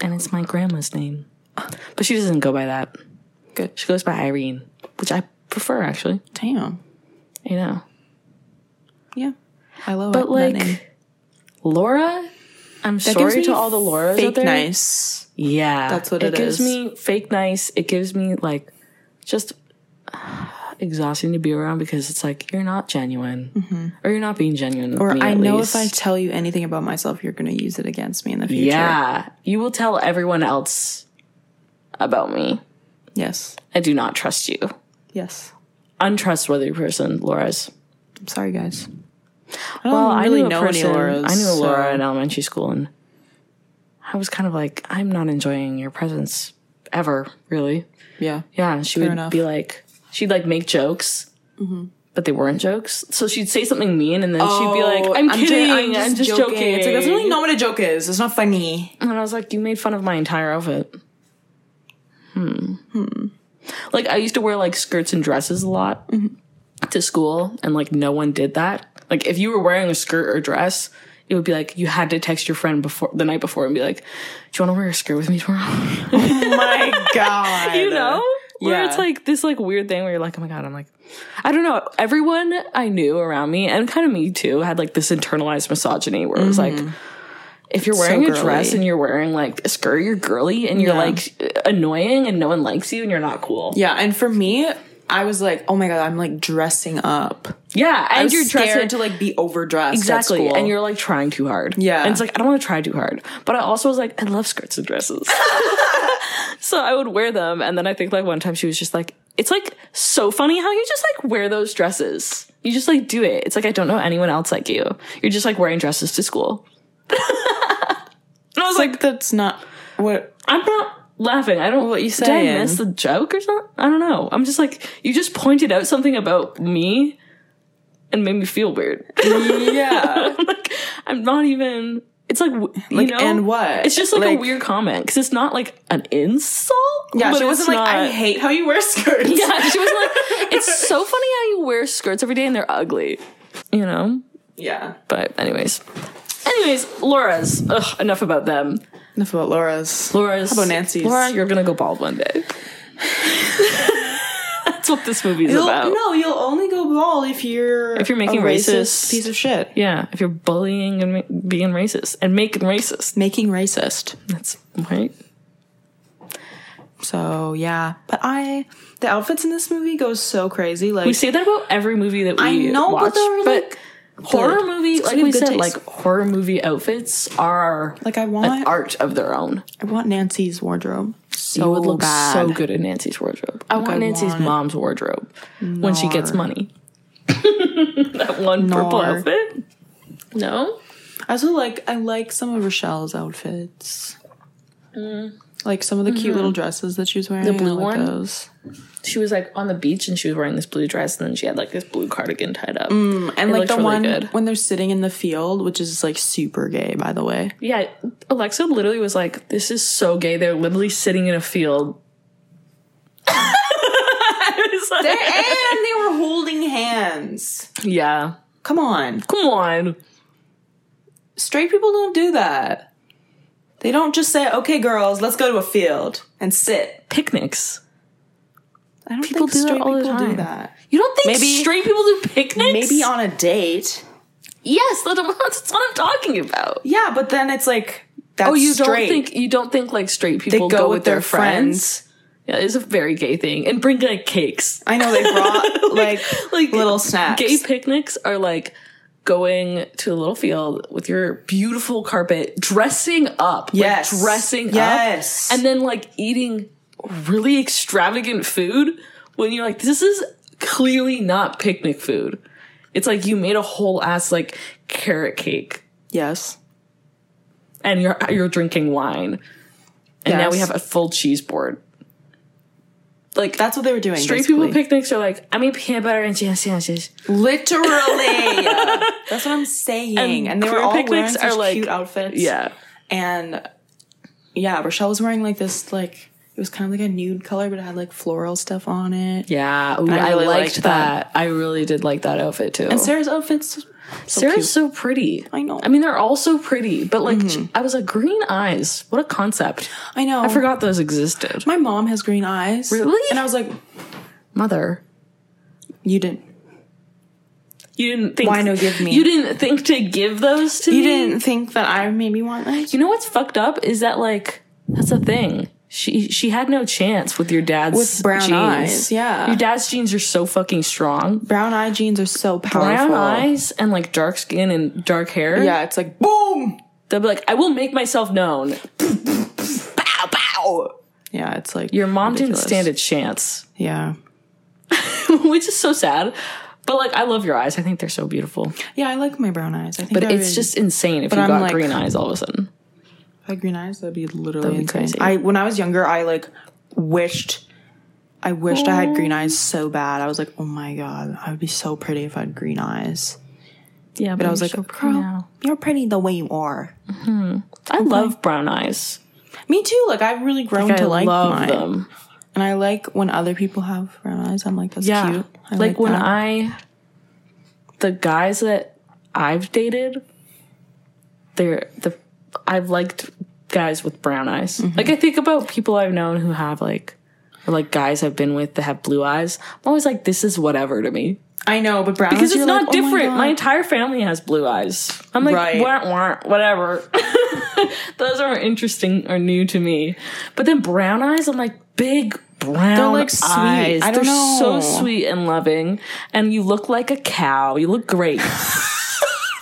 and it's my grandma's name. But she doesn't go by that. Good. She goes by Irene, which I prefer actually. damn. You know. Yeah. I love But it. that name. like Laura, I'm gives sorry me to all the Lauras out fake there. nice. Yeah. That's what it gives is. me fake nice. It gives me like just uh, exhausting to be around because it's like you're not genuine or you're not being genuine. with Mm-hmm. Or me, I at know least. if I tell you anything about myself, you're going to use it against me in the future. Yeah. You will tell everyone else about me. Yes. I do not trust you. Yes. Untrustworthy person, Laura's. I'm sorry, guys. I don't Well, really I knew a know person, any Laura's. I knew a so- Laura in elementary school, and I was kind of like, I'm not enjoying your presence ever, really. Yeah. Yeah, and she would enough. be like, she'd like make jokes, but they weren't jokes. So she'd say something mean, and then she'd be like, Oh, "I'm, ju- kidding, I'm just, joking. It's like, that's really not what a joke is. It's not funny. And I was like, "You made fun of my entire outfit." Hmm. Like I used to wear like skirts and dresses a lot to school, and like no one did that. Like if you were wearing a skirt or dress. It would be like you had to text your friend before the night before and be like, "Do you want to wear a skirt with me tomorrow?" Oh My God. you know where Yeah. it's like this like weird thing where you're like oh my god i'm like i don't know everyone i knew around me and kind of me too had like this internalized misogyny where it was like if you're wearing a dress Mm-hmm. girly. and you're wearing like a skirt you're girly and you're Yeah. like annoying and no one likes you and you're not cool Yeah. And for me, I was like, oh my God, I'm like dressing up. yeah I and was you're dressing scared to like be overdressed. At exactly school. and you're like trying too hard Yeah. and it's like i don't want to try too hard but i also was like i love skirts and dresses so i would wear them and then i think like one time she was just like it's like so funny how you just like wear those dresses you just like do it it's like i don't know anyone else like you you're just like wearing dresses to school and i was like like, that's not what i'm not laughing. I don't know what you said. Did I saying? miss the joke or something? I don't know. I'm just like you just pointed out something about me and made me feel weird. yeah. I'm like I'm not even. It's like w- you Like, know, and what? It's just like, Like- a weird comment because it's not like an insult. Yeah, but she wasn't it's like, I not- hate how you wear skirts. Yeah, she was like, it's so funny how you wear skirts every day and they're ugly. You know. Yeah. But anyways, anyways, Laura's. Ugh, enough about them. Enough about Laura's. Laura's. How about Nancy's? Laura, you're gonna go bald one day. That's what this movie's You'll- about. No, you'll only go bald if you're If you're making a racist- piece of shit. Yeah, if you're bullying and ma- being racist and making racist, Making racist. that's right. So yeah, but I the outfits in this movie go so crazy. Like We say that about every movie that we I know, watch, but they're but like horror good. movie, It's like gonna we be good said, taste. like horror movie outfits are like I an want art of their own. I want Nancy's wardrobe so you would look bad. so good in Nancy's wardrobe. I want I Nancy's want it. mom's wardrobe when she gets Nar. money. that one purple Nar. outfit. No. I also like I like some of Rochelle's outfits. Like some of the cute little dresses that she was wearing. Mm. Mm-hmm. The blue like one? Those. she was like on the beach and she was wearing this blue dress and then she had like this blue cardigan tied up. And like looks the really one good. when they're sitting in the field, which is like super gay, by the way. Yeah, Alexa literally was like, "This is so gay." They're literally sitting in a field. I was like, they were holding hands. yeah, Come on. come on. Straight people don't do that. They don't just say, okay, girls, let's go to a field and sit. Picnics. I don't People think do that straight all the people time. do that. You don't think Maybe- straight people do picnics? Maybe on a date. yes. That's that's what I'm talking about. Yeah, but then it's like, that's Oh, you straight. don't think you don't think like straight people go, with, their, friends? Yeah, it's a very gay thing. And bring like cakes. I know they brought like, like little snacks. Gay picnics are like going to a little field with your beautiful carpet, dressing up, Yes. like dressing Yes. up, and then like eating really extravagant food when you're like, this is clearly not picnic food. It's like you made a whole ass like carrot cake, yes. and you're you're drinking wine, and now Yes. we have a full cheese board. Like That's what they were doing. straight people basically. picnics are like, I made peanut butter and jam sandwiches. literally. that's what I'm saying. And, they were queer all wearing picnics such are, like- cute outfits. Yeah. and yeah, Rochelle was wearing like this like it was kind of like a nude color, but it had like floral stuff on it. Yeah, ooh, I I, really liked, liked that. I really did like that outfit too. And Sarah's outfits, so Sarah's cute. so pretty. I know. Mm-hmm. I mean, they're all so pretty, but like, I was like, green eyes. What a concept! I know. I forgot those existed. My mom has green eyes. Really? And I was like, Mother, you didn't. you didn't think Why no give me? You didn't think to give those to You me? didn't think that I made me want that. You know what's fucked up is that like that's the thing. She she had no chance with your dad's With brown genes. eyes, yeah. your dad's genes are so fucking strong. Brown eye jeans are so powerful. Brown eyes and like dark skin and dark hair. Yeah, it's like boom. They'll be like, I will make myself known. bow, bow. Yeah, it's like Your mom ridiculous. didn't stand a chance, Yeah. which is so sad. But like, I love your eyes. I think they're so beautiful. Yeah, I like my brown eyes. I think But I it's would- just insane if you I'm got like- green eyes all of a sudden. if I had green eyes. That'd be literally be insane. crazy. I when I was younger, I like wished. I wished I had green eyes so bad. I was like, oh my god, I would be so pretty if I had green eyes. Yeah, But I was like, "Oh, girl, you're pretty the way you are. I love brown eyes. Me too. Like I've really grown I to like love mine, them. and I like when other people have brown eyes. I'm like, that's Yeah, cute. I like, when that. I, the guys that I've dated, they're the I've liked guys with brown eyes. Mm-hmm. Like I think about people I've known who have like, or like guys I've been with that have blue eyes. I'm always like, this is whatever to me I know, but brown because eyes, it's you're not like, oh my different. my, God. entire family has blue eyes. I'm like, Right. wah, wah, whatever. Those aren't interesting or new to me. But then brown eyes, I'm like, big brown They're like sweet. eyes. I don't They're know. so sweet and loving. And you look like a cow. You look great. no,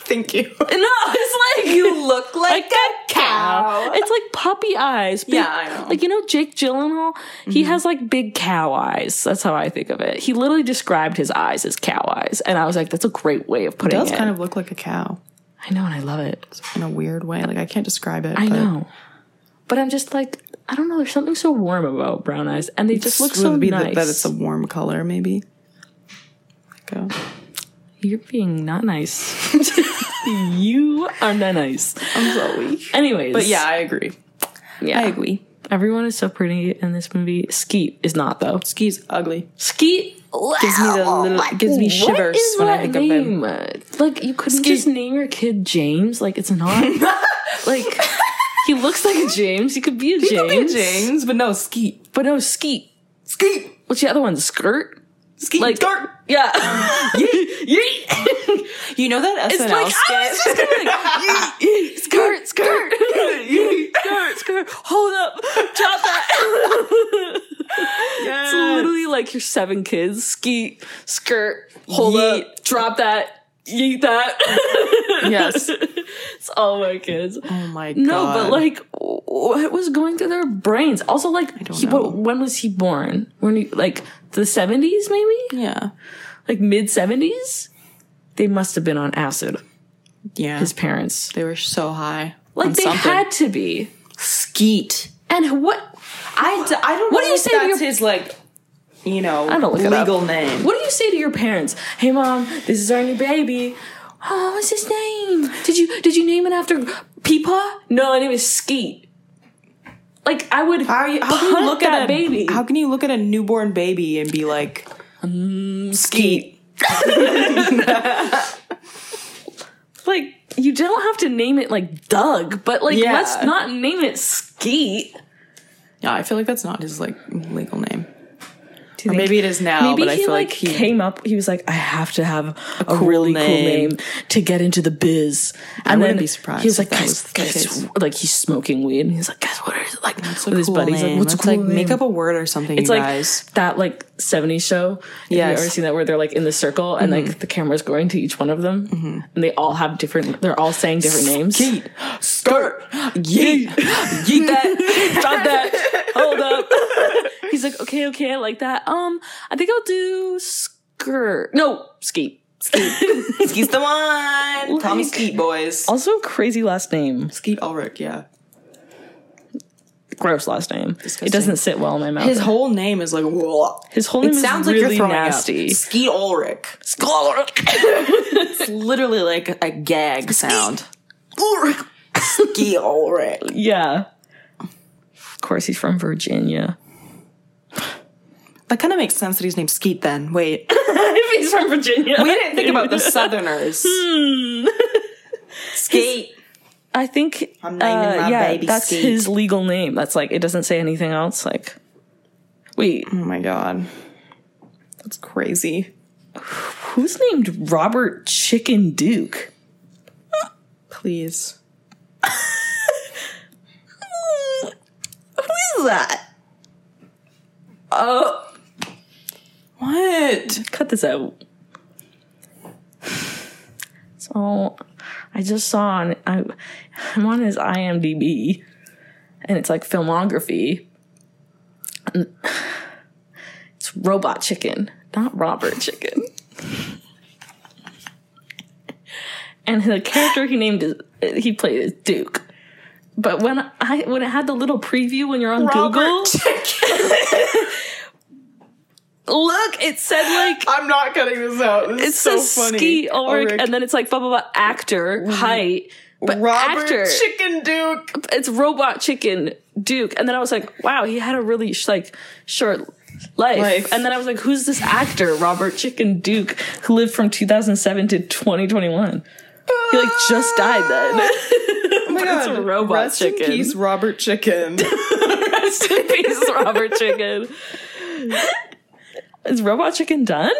Thank you. it's like you look like, a cow. It's like puppy eyes. Big- Yeah, I know. Mm-hmm. Like you know, Jake Gyllenhaal, he has like big cow eyes. That's how I think of it. He literally described his eyes as cow eyes, and I was like, that's a great way of putting it. does kind of look like a cow I know, and I love it. in a weird way. Like I can't describe it. I but know. But I'm just like, I don't know. There's something so warm about brown eyes, and they just look Would so be nice. that, that it's a warm color, maybe. Go. You're being not nice. you are not nice. I'm so weak. Anyways, But yeah, I agree. yeah, I agree. everyone is so pretty in this movie. Skeet is not though. Ski's ugly. Skeet Gives me the little gives me shivers when I think of him. name? of him. Like you couldn't just name your kid James. Like it's not like he looks like a James. He could be a James. James, but no Skeet. But no Skeet. Skeet. What's the other one? Skirt. Skeet. Like- Skirt. Yeah. Yeet. You know that SNL It's like I was skit? just going skirt, skirt, skirt, skirt. Hold up, drop that. it's literally like your seven kids. Skeet, skirt, hold up, Yeet. drop that, yeet that. Yes. it's all my kids. oh my god. No, but like, what was going through their brains? Also, like, don't he, know. what, when was he born? When he, like the seventies, maybe, yeah, like mid seventies. They must have been on acid. yeah, His parents. they were so high. Like on they something. had to be. Skeet. And what I, d- I don't. What know do you if say to That's your- his like, you know, I don't look it up. legal name. what do you say to your parents? Hey mom, this is our new baby. Oh, what's his name? Did you did you name it after Peepaw? No, my name is Skeet. Like I would How, you, how can Punt you look at that a baby. How can you look at a newborn baby and be like, Mm, Skeet? like you don't have to name it like Doug, but like Yeah. let's not name it Skeet. Yeah, I feel like that's not his like legal name. Do you Or think- maybe it is now, Maybe but I he feel like, like, he. came up. He was like, I have to have a, really cool name. name to get into the biz. And wouldn't be surprised He was if like, that guys, was the guys," case. like he's smoking weed, and he's like, guys, what is it like with his cool buddies? name. Like, what's a Let's, cool like name? make up a word or something, It's you like guys. that like '70s show. Yeah, you Yes. Mm-hmm. ever seen that where they're like in the circle and like the camera's going to each one of them, and they all have different. They're all saying different names. Skeet, skirt, yeet, yeet that, Stop that! Hold up. He's like, okay, okay, I like that. Um, I think I'll do skirt. No, skate. Skeet's the one. Tommy Like- Skeet boys. Also, crazy last name. Skeet Ulrich, yeah. Gross last name. Disgusting. It doesn't sit well in my mouth. His His, whole name is like. Whoa. whole It name is sounds like really you're throwing nasty. up. Skeet Ulrich. It's literally like a gag sound. Skeet Ulrich. yeah. Of course, he's from Virginia. That kind of makes sense that he's named Skeet then. Wait. if he's from Virginia, We didn't think about the Southerners. Hmm. Skeet. I think I'm naming uh, my yeah, baby that's Skeet. his legal name. That's like it doesn't say anything else. Like, wait, Oh my god. That's crazy. who's named Robert Chicken Duke? Please. Who is that? Oh, What? cut this out. So, I just saw on I, I'm on his IMDb, and it's like filmography. And It's Robot Chicken, not Robert Chicken. and the character he named is he played is Duke. But when I when it had the little preview when you're on Google, look, it said like I'm not cutting this out. This It says Ski Ulrich, and then it's like blah blah blah actor height, but actor Chicken Duke. it's robot chicken Duke. And then I was like, wow, he had a really sh- like short life. Life. And then I was like, who's this actor Robert Chicken Duke who lived from 2007 to 2021? He like just died then. Oh my It's a robot Rest in chicken. peace, Robert Chicken. Rest in peace, Robot Chicken. Is Robot Chicken done?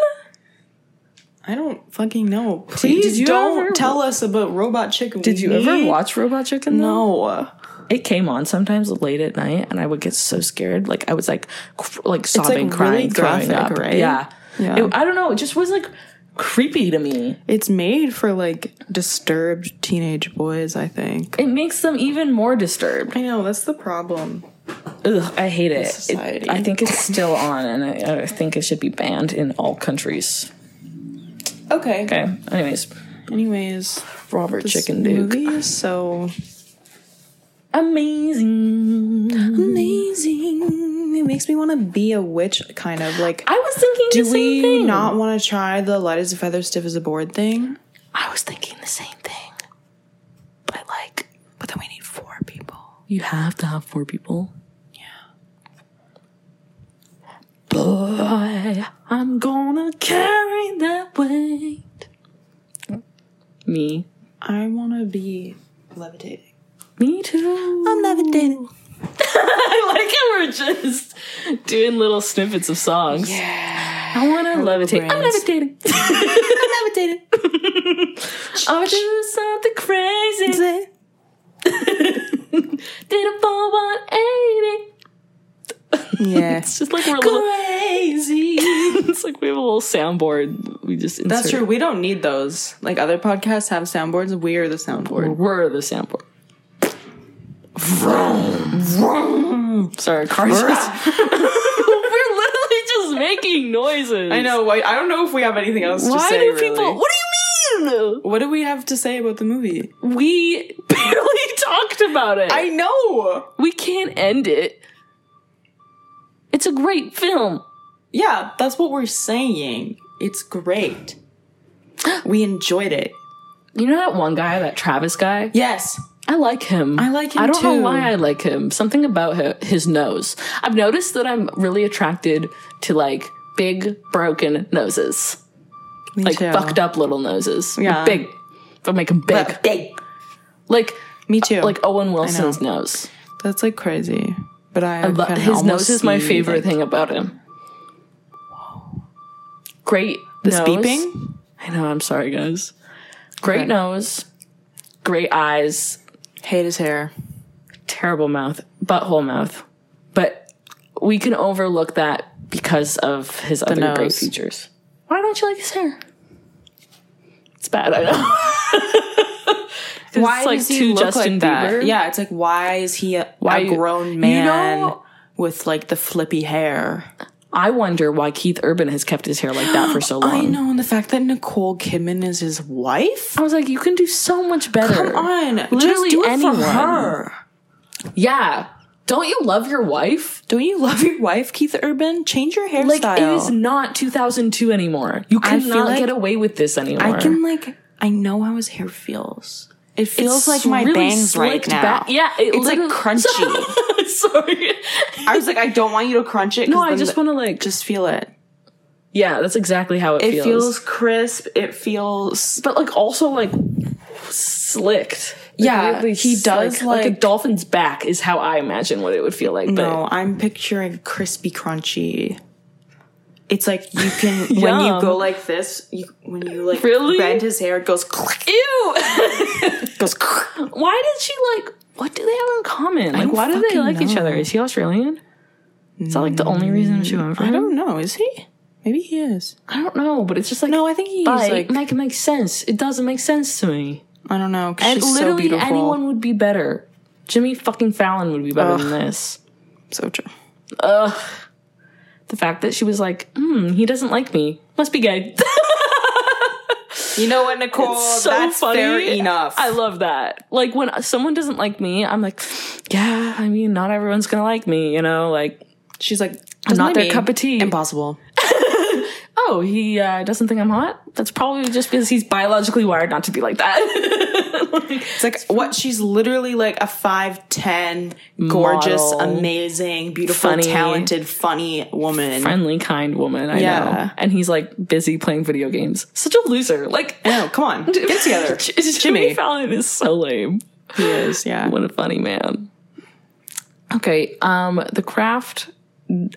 I don't fucking know. Please you don't ever- tell us about Robot Chicken. Did you ever watch Robot Chicken? though? No. it came on sometimes late at night and i would get so scared like i was like cr- like sobbing really crying throwing graphic, up right? yeah, Yeah. It- i don't know it just was like creepy to me It's made for like disturbed teenage boys, I think. it makes them even more disturbed I know, that's the problem. Ugh, i hate it. society. It- i think it's still on and I, I think it should be banned in all countries Okay. okay anyways Anyways, robert this chicken duke movie is so Amazing. Amazing. It makes me want to be a witch, kind of like. I was thinking the do same we thing. not want to try the light as a feather, stiff as a board thing? I was thinking the same thing. But like, But then we need four people. you have to have four people. Yeah. Boy, I'm gonna carry that weight. Me. I want to be levitating. Me too. I'm levitating. I like how we're just doing little snippets of songs. Yeah. I wanna levitate. I'm brains. levitating. I'm levitating. I'll do something crazy. Did a full 180. Yeah. It's just like we're a little. Crazy. It's like we have a little soundboard. We just insert. That's true. We don't need those. Like other podcasts have soundboards. We're the soundboard. We're the soundboard. Vroom, vroom. Sorry, cars. just- we're literally just making noises. I know. Why, I don't know if we have anything else to Why say. do people? really. What do you mean? What do we have to say about the movie? We barely talked about it. I know. we can't end it. It's a great film. Yeah, that's what we're saying. It's great. We enjoyed it. You know that one guy, that Travis guy? Yes. I like him. I like him I don't too. know why I like him. Something about hi- his nose. I've noticed that I'm really attracted to like big broken noses, Me like fucked up little noses. Like, Yeah. big. But make them big, big. like Me too. like Owen Wilson's nose. that's like crazy. But I, Lo- can his almost nose is my see, favorite like- thing about him. Great This nose. beeping. I know. I'm sorry, guys. Great Okay. nose, great eyes, Hate his hair. terrible mouth, butthole mouth. But we can overlook that because of his other great nose. features. Why don't you like his hair? It's bad, I know. 'Cause it's like two Justin Bieber. Yeah, it's like why is he a, Why- a you grown man know- with like the flippy hair? I wonder why Keith Urban has kept his hair like that for so long. I, I know, and the fact that Nicole Kidman is his wife. was like, you can do so much better. Come on, Literally just do it anyone. for her. Yeah. Don't you love your wife? Don't you love your wife, Keith Urban? Change your hairstyle. Like it is not 2002 anymore. You I feel cannot like get away with this anymore. I can like I know how his hair feels. It feels like my really bangs right slicked now. back. Yeah, it it's like literally- crunchy. Sorry. I was like, I don't want you to crunch it. No, I just want to like just feel it. Yeah, that's exactly how it, It feels. feels crisp. It feels But like also like slicked. Like, Yeah, he does, like a like- dolphin's back is how I imagine what it would feel like. No, I'm picturing crispy crunchy. It's like you can when you Yum. go like this, you when you like Really? bend his hair, it goes click, But ew. goes click. why did she like? What do they have in common? Like, don't why do they fucking like each know. other? Is he Australian? Is that like the only reason she went for I him? don't know, is he? Maybe he is. I don't know, but it's just like No, I think he's but like make it make sense. It doesn't make sense to me. I don't know. 'cause And she's so literally beautiful. anyone would be better. Jimmy fucking Fallon would be better Ugh. than this. so true. Ugh. The fact that she was like, hmm, he doesn't like me. Must be gay. You know what, Nicole? so funny. I love that. Like when someone doesn't like me, I'm like, yeah, I mean, not everyone's gonna like me, you know, like She's like, not "Doesn't their me." cup of tea. Impossible. oh, he uh, doesn't think I'm hot? That's probably just because he's biologically wired not to be like that. Like, It's like what she's literally like a five ten, gorgeous, Model. amazing, beautiful, Funny. talented, funny woman. friendly, kind woman, I Yeah. know. And he's like busy playing video games. Such a loser. Like No, come on, get it together. Jimmy, Jimmy. Fallon is so lame. He is, yeah. What a funny man. Okay, um, the craft.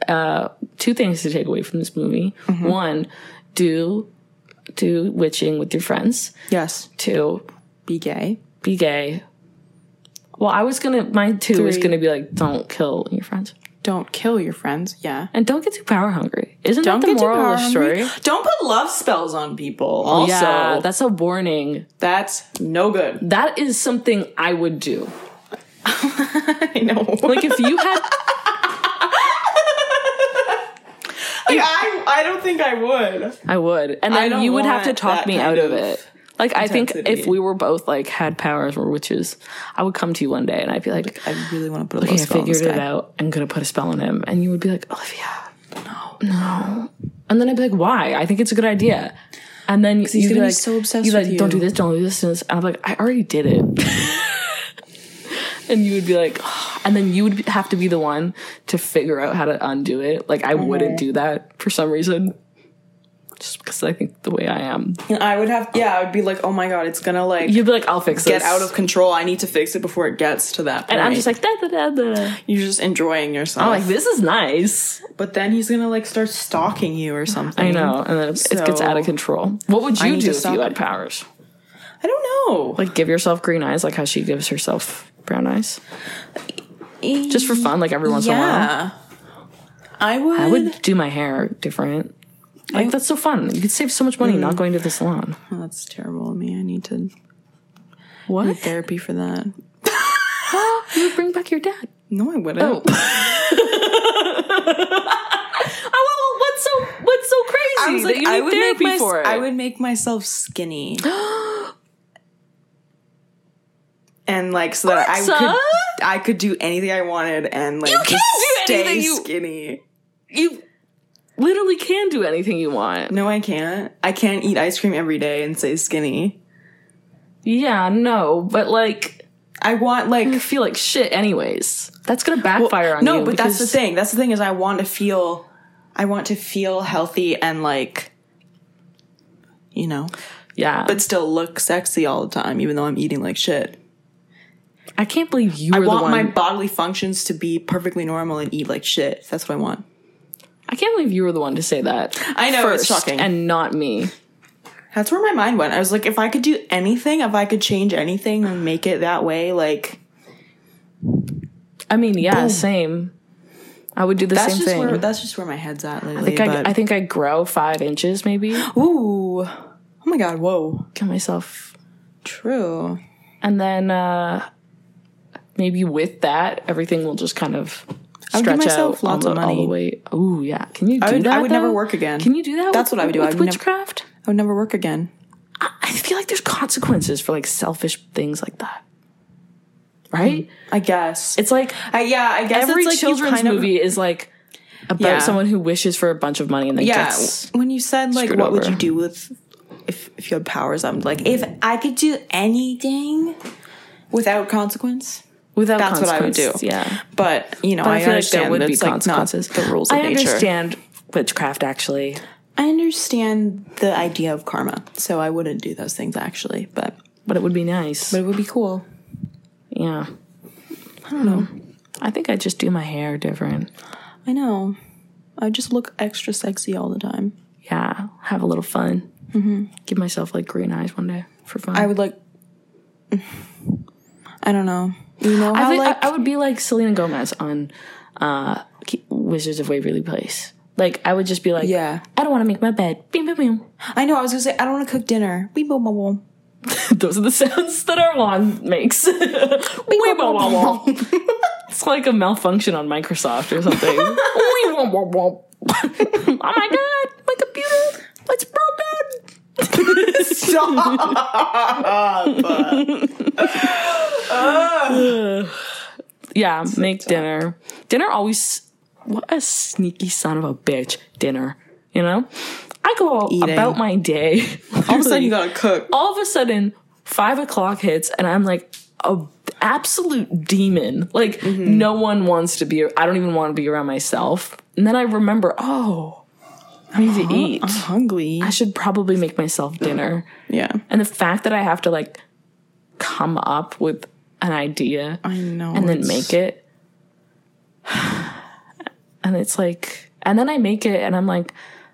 Uh, two things to take away from this movie. Mm-hmm. One, do do witching with your friends. Yes, Two, be gay. be gay. Well, I was gonna. My two was Three. gonna be like, don't kill your friends Don't kill your friends. Yeah. and don't get too power hungry. Isn't Don't that the get too moral power of the hungry. story? Don't put love spells on people. Also, yeah, that's a warning. that's no good. That is something I would do. I know. Like, Like if you had I, I don't think I would. I would. And then don't you would have to want talk that me kind out of of- it. Like I think Intensity. if we were both like had powers or witches, I would come to you one day and I'd be like, I really want to put a okay, little I spell on this figured it guy. out. I'm gonna put a spell on him, and you would be like, Olivia, no, no. And then I'd be like, why? I think it's a good idea. And then he's gonna be so obsessed You'd be with like, don't do you. this, don't do this, and this. And I'm like, I already did it. and you would be like, "Ugh." and then you would have to be the one to figure out how to undo it. Like I wouldn't do that for some reason, just because I think the way I am. I would have, yeah, I would be like, oh my god, it's gonna like You'd be like, I'll fix get this. out of control. I need to fix it before it gets to that point. And I'm just like, da da da da. you're just enjoying yourself. I'm like, this is nice. but then he's gonna like start stalking you or something. I know, and then it, it gets So- out of control. What would you need do to if stop you had it. powers? I don't know. Like give yourself green eyes, like how she gives herself brown eyes, just for fun, like every once in a while. yeah. I would. I would do my hair different. Like that's so fun. You could save so much money not going to the salon. Oh, that's terrible of me. I need to What? therapy for that. you would bring back your dad. No, I wouldn't. Oh, what's so what's so crazy I was like, I would make my, for it? I would make myself skinny. and like so that I Alexa? could I could do anything I wanted and like just can't do stay anything you- skinny. You literally can do anything you want. No, I can't. I can't eat ice cream every day and stay skinny. Yeah, no, but like. I want you like feel like shit anyways. That's gonna backfire on you. no, but that's the because- thing. That's the thing is I want to feel I want to feel healthy and like you know, Yeah. but still look sexy all the time even though I'm eating like shit. I can't believe you I were the want one my bodily functions to be perfectly normal and eat like shit. That's what I want. I can't believe you were the one to say that. I know, it's first shocking. and not me. That's where my mind went. I was like, if I could do anything, if I could change anything and make it that way, like I mean, yeah, same. I would do the that's same just thing. where that's just where my head's at lately. I think I, but, I think I grow five inches maybe. ooh, oh my god, whoa, Kill myself. true. And then uh maybe with that everything will just kind of would stretch give myself out all lots of the- all the money. way. Oh yeah. Can you do would- I that? would never though? work again. Can you do that? That's with- what I would do. I With would never- witchcraft? I would never work again. I feel like there's consequences for like selfish things like that. Right? I guess. It's like I, yeah, I guess every it's like you children's kind of- movie is like about Yeah. someone who wishes for a bunch of money and then yeah, gets when you said like, screwed what would over. you do with if if you had powers? I'm like, if I could do anything without consequence. without That's what I would consequences. do. Yeah. But you know, I, I, feel like understand there would be that's, like, not consequences. the rules of I nature. understand witchcraft actually. I understand the idea of karma, so I wouldn't do those things actually, but But it would be nice. it would be cool. yeah. I don't know. I think I just do my hair different. I know. I just look extra sexy all the time. Yeah. Have a little fun. Give myself like green eyes one day for fun. Mm-hmm. I would like. I don't know. You know how I, think, I- like I, would be like Selena Gomez on uh, Ki- Wizards of Waverly Place. Like I would just be like, Yeah. I don't want to make my bed. Bing, bing, bing. I know I was gonna say I don't want to cook dinner. We boom boom boom. Those are the sounds that our wand makes. Wee, wah, wah, wah. it's like a malfunction on Microsoft or something. Wee, wah, wah, wah. oh my god, my computer, it's broken. Stop. Yeah, make dinner. Dinner always. What a sneaky son of a bitch. Dinner, you know. I go Eating. about my day. All of a sudden you gotta cook. all of a sudden five o'clock hits and i'm like a absolute demon like no one wants to be i don't even want to be around myself and then i remember oh i need to eat Hungry. i should probably make myself dinner Yeah. and the fact that i have to like come up with an idea I know. and then it's- make it and it's like and then i make it and i'm like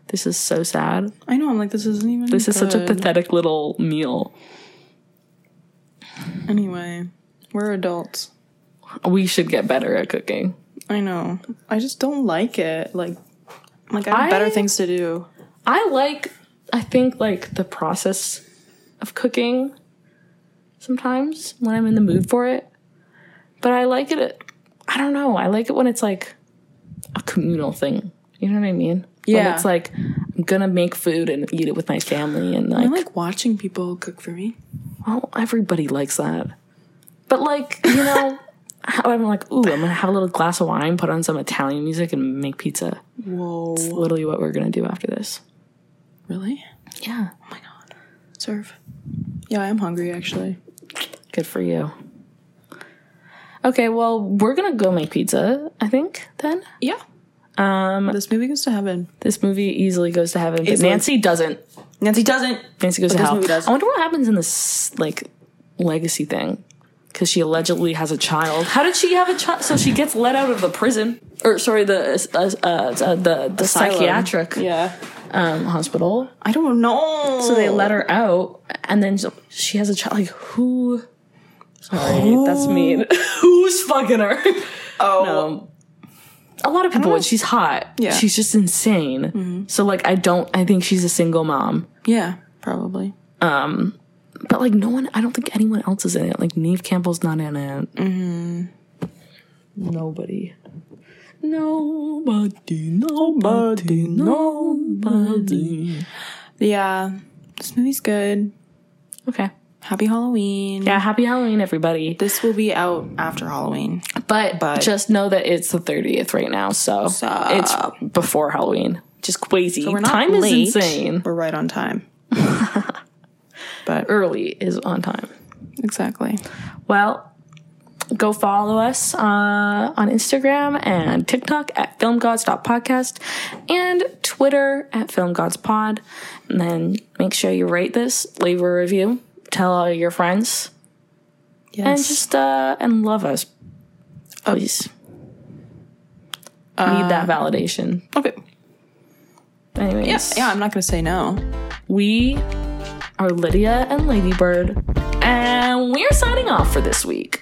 this is so sad I know. I'm like this isn't even. this is such a good. pathetic little meal Anyway, we're adults. we should get better at cooking. I know. I just don't like it. Like, like I have I- better things to do. I like, I think, like the process of cooking sometimes when I'm in the mood for it. But I like it, I don't know, I like it when it's like a communal thing. You know what I mean? Yeah. When it's like, I'm I'm gonna make food and eat it with my family and like, I like watching people cook for me. well, everybody likes that. But like, you know, how I'm like, ooh, I'm gonna have a little glass of wine, put on some Italian music, and make pizza. Whoa. Literally, what we're gonna do after this. Really? Yeah, Oh my god. Serve. Yeah, I am hungry actually. good for you. Okay, well, we're gonna go make pizza. I think then Yeah. Um this movie goes to heaven. this movie easily goes to heaven, but Easily. Nancy doesn't. Nancy doesn't. Nancy goes But to this hell. movie does. I wonder what happens in this like legacy thing because she allegedly has a child. How did she have a child? So she gets let out of the prison, or sorry, the uh, uh, uh, the the psychiatric Yeah. um, hospital. I don't know. So they let her out, and then so- she has a child. Like who? Sorry, that's mean. Who's fucking her? Oh. Um, a lot of people would. She's hot. Yeah. Mm-hmm. She's just insane. So like, I don't. I think she's a single mom. Yeah, probably. But like no one, I don't think anyone else is in it. Like Neve Campbell's not in it. Mm-hmm. Nobody. Nobody. Nobody. Nobody. Yeah. This movie's good. Okay. Happy Halloween. Yeah. Happy Halloween, everybody. This will be out after Halloween. But, But- just know that it's the thirtieth right now, so So- it's before Halloween. Just crazy. We're not Time late. is insane. We're right on time. but Early is on time. exactly. Well, go follow us uh, on Instagram and TikTok at filmgods.podcast and Twitter at filmgodspod. And then make sure you rate this, leave a review, tell all your friends, Yes. Oh. and just uh, and love us, please. Need Uh, that validation. okay. Anyways, Yeah, yeah, I'm not gonna say no. we are Lydia and Ladybird, and we're signing off for this week.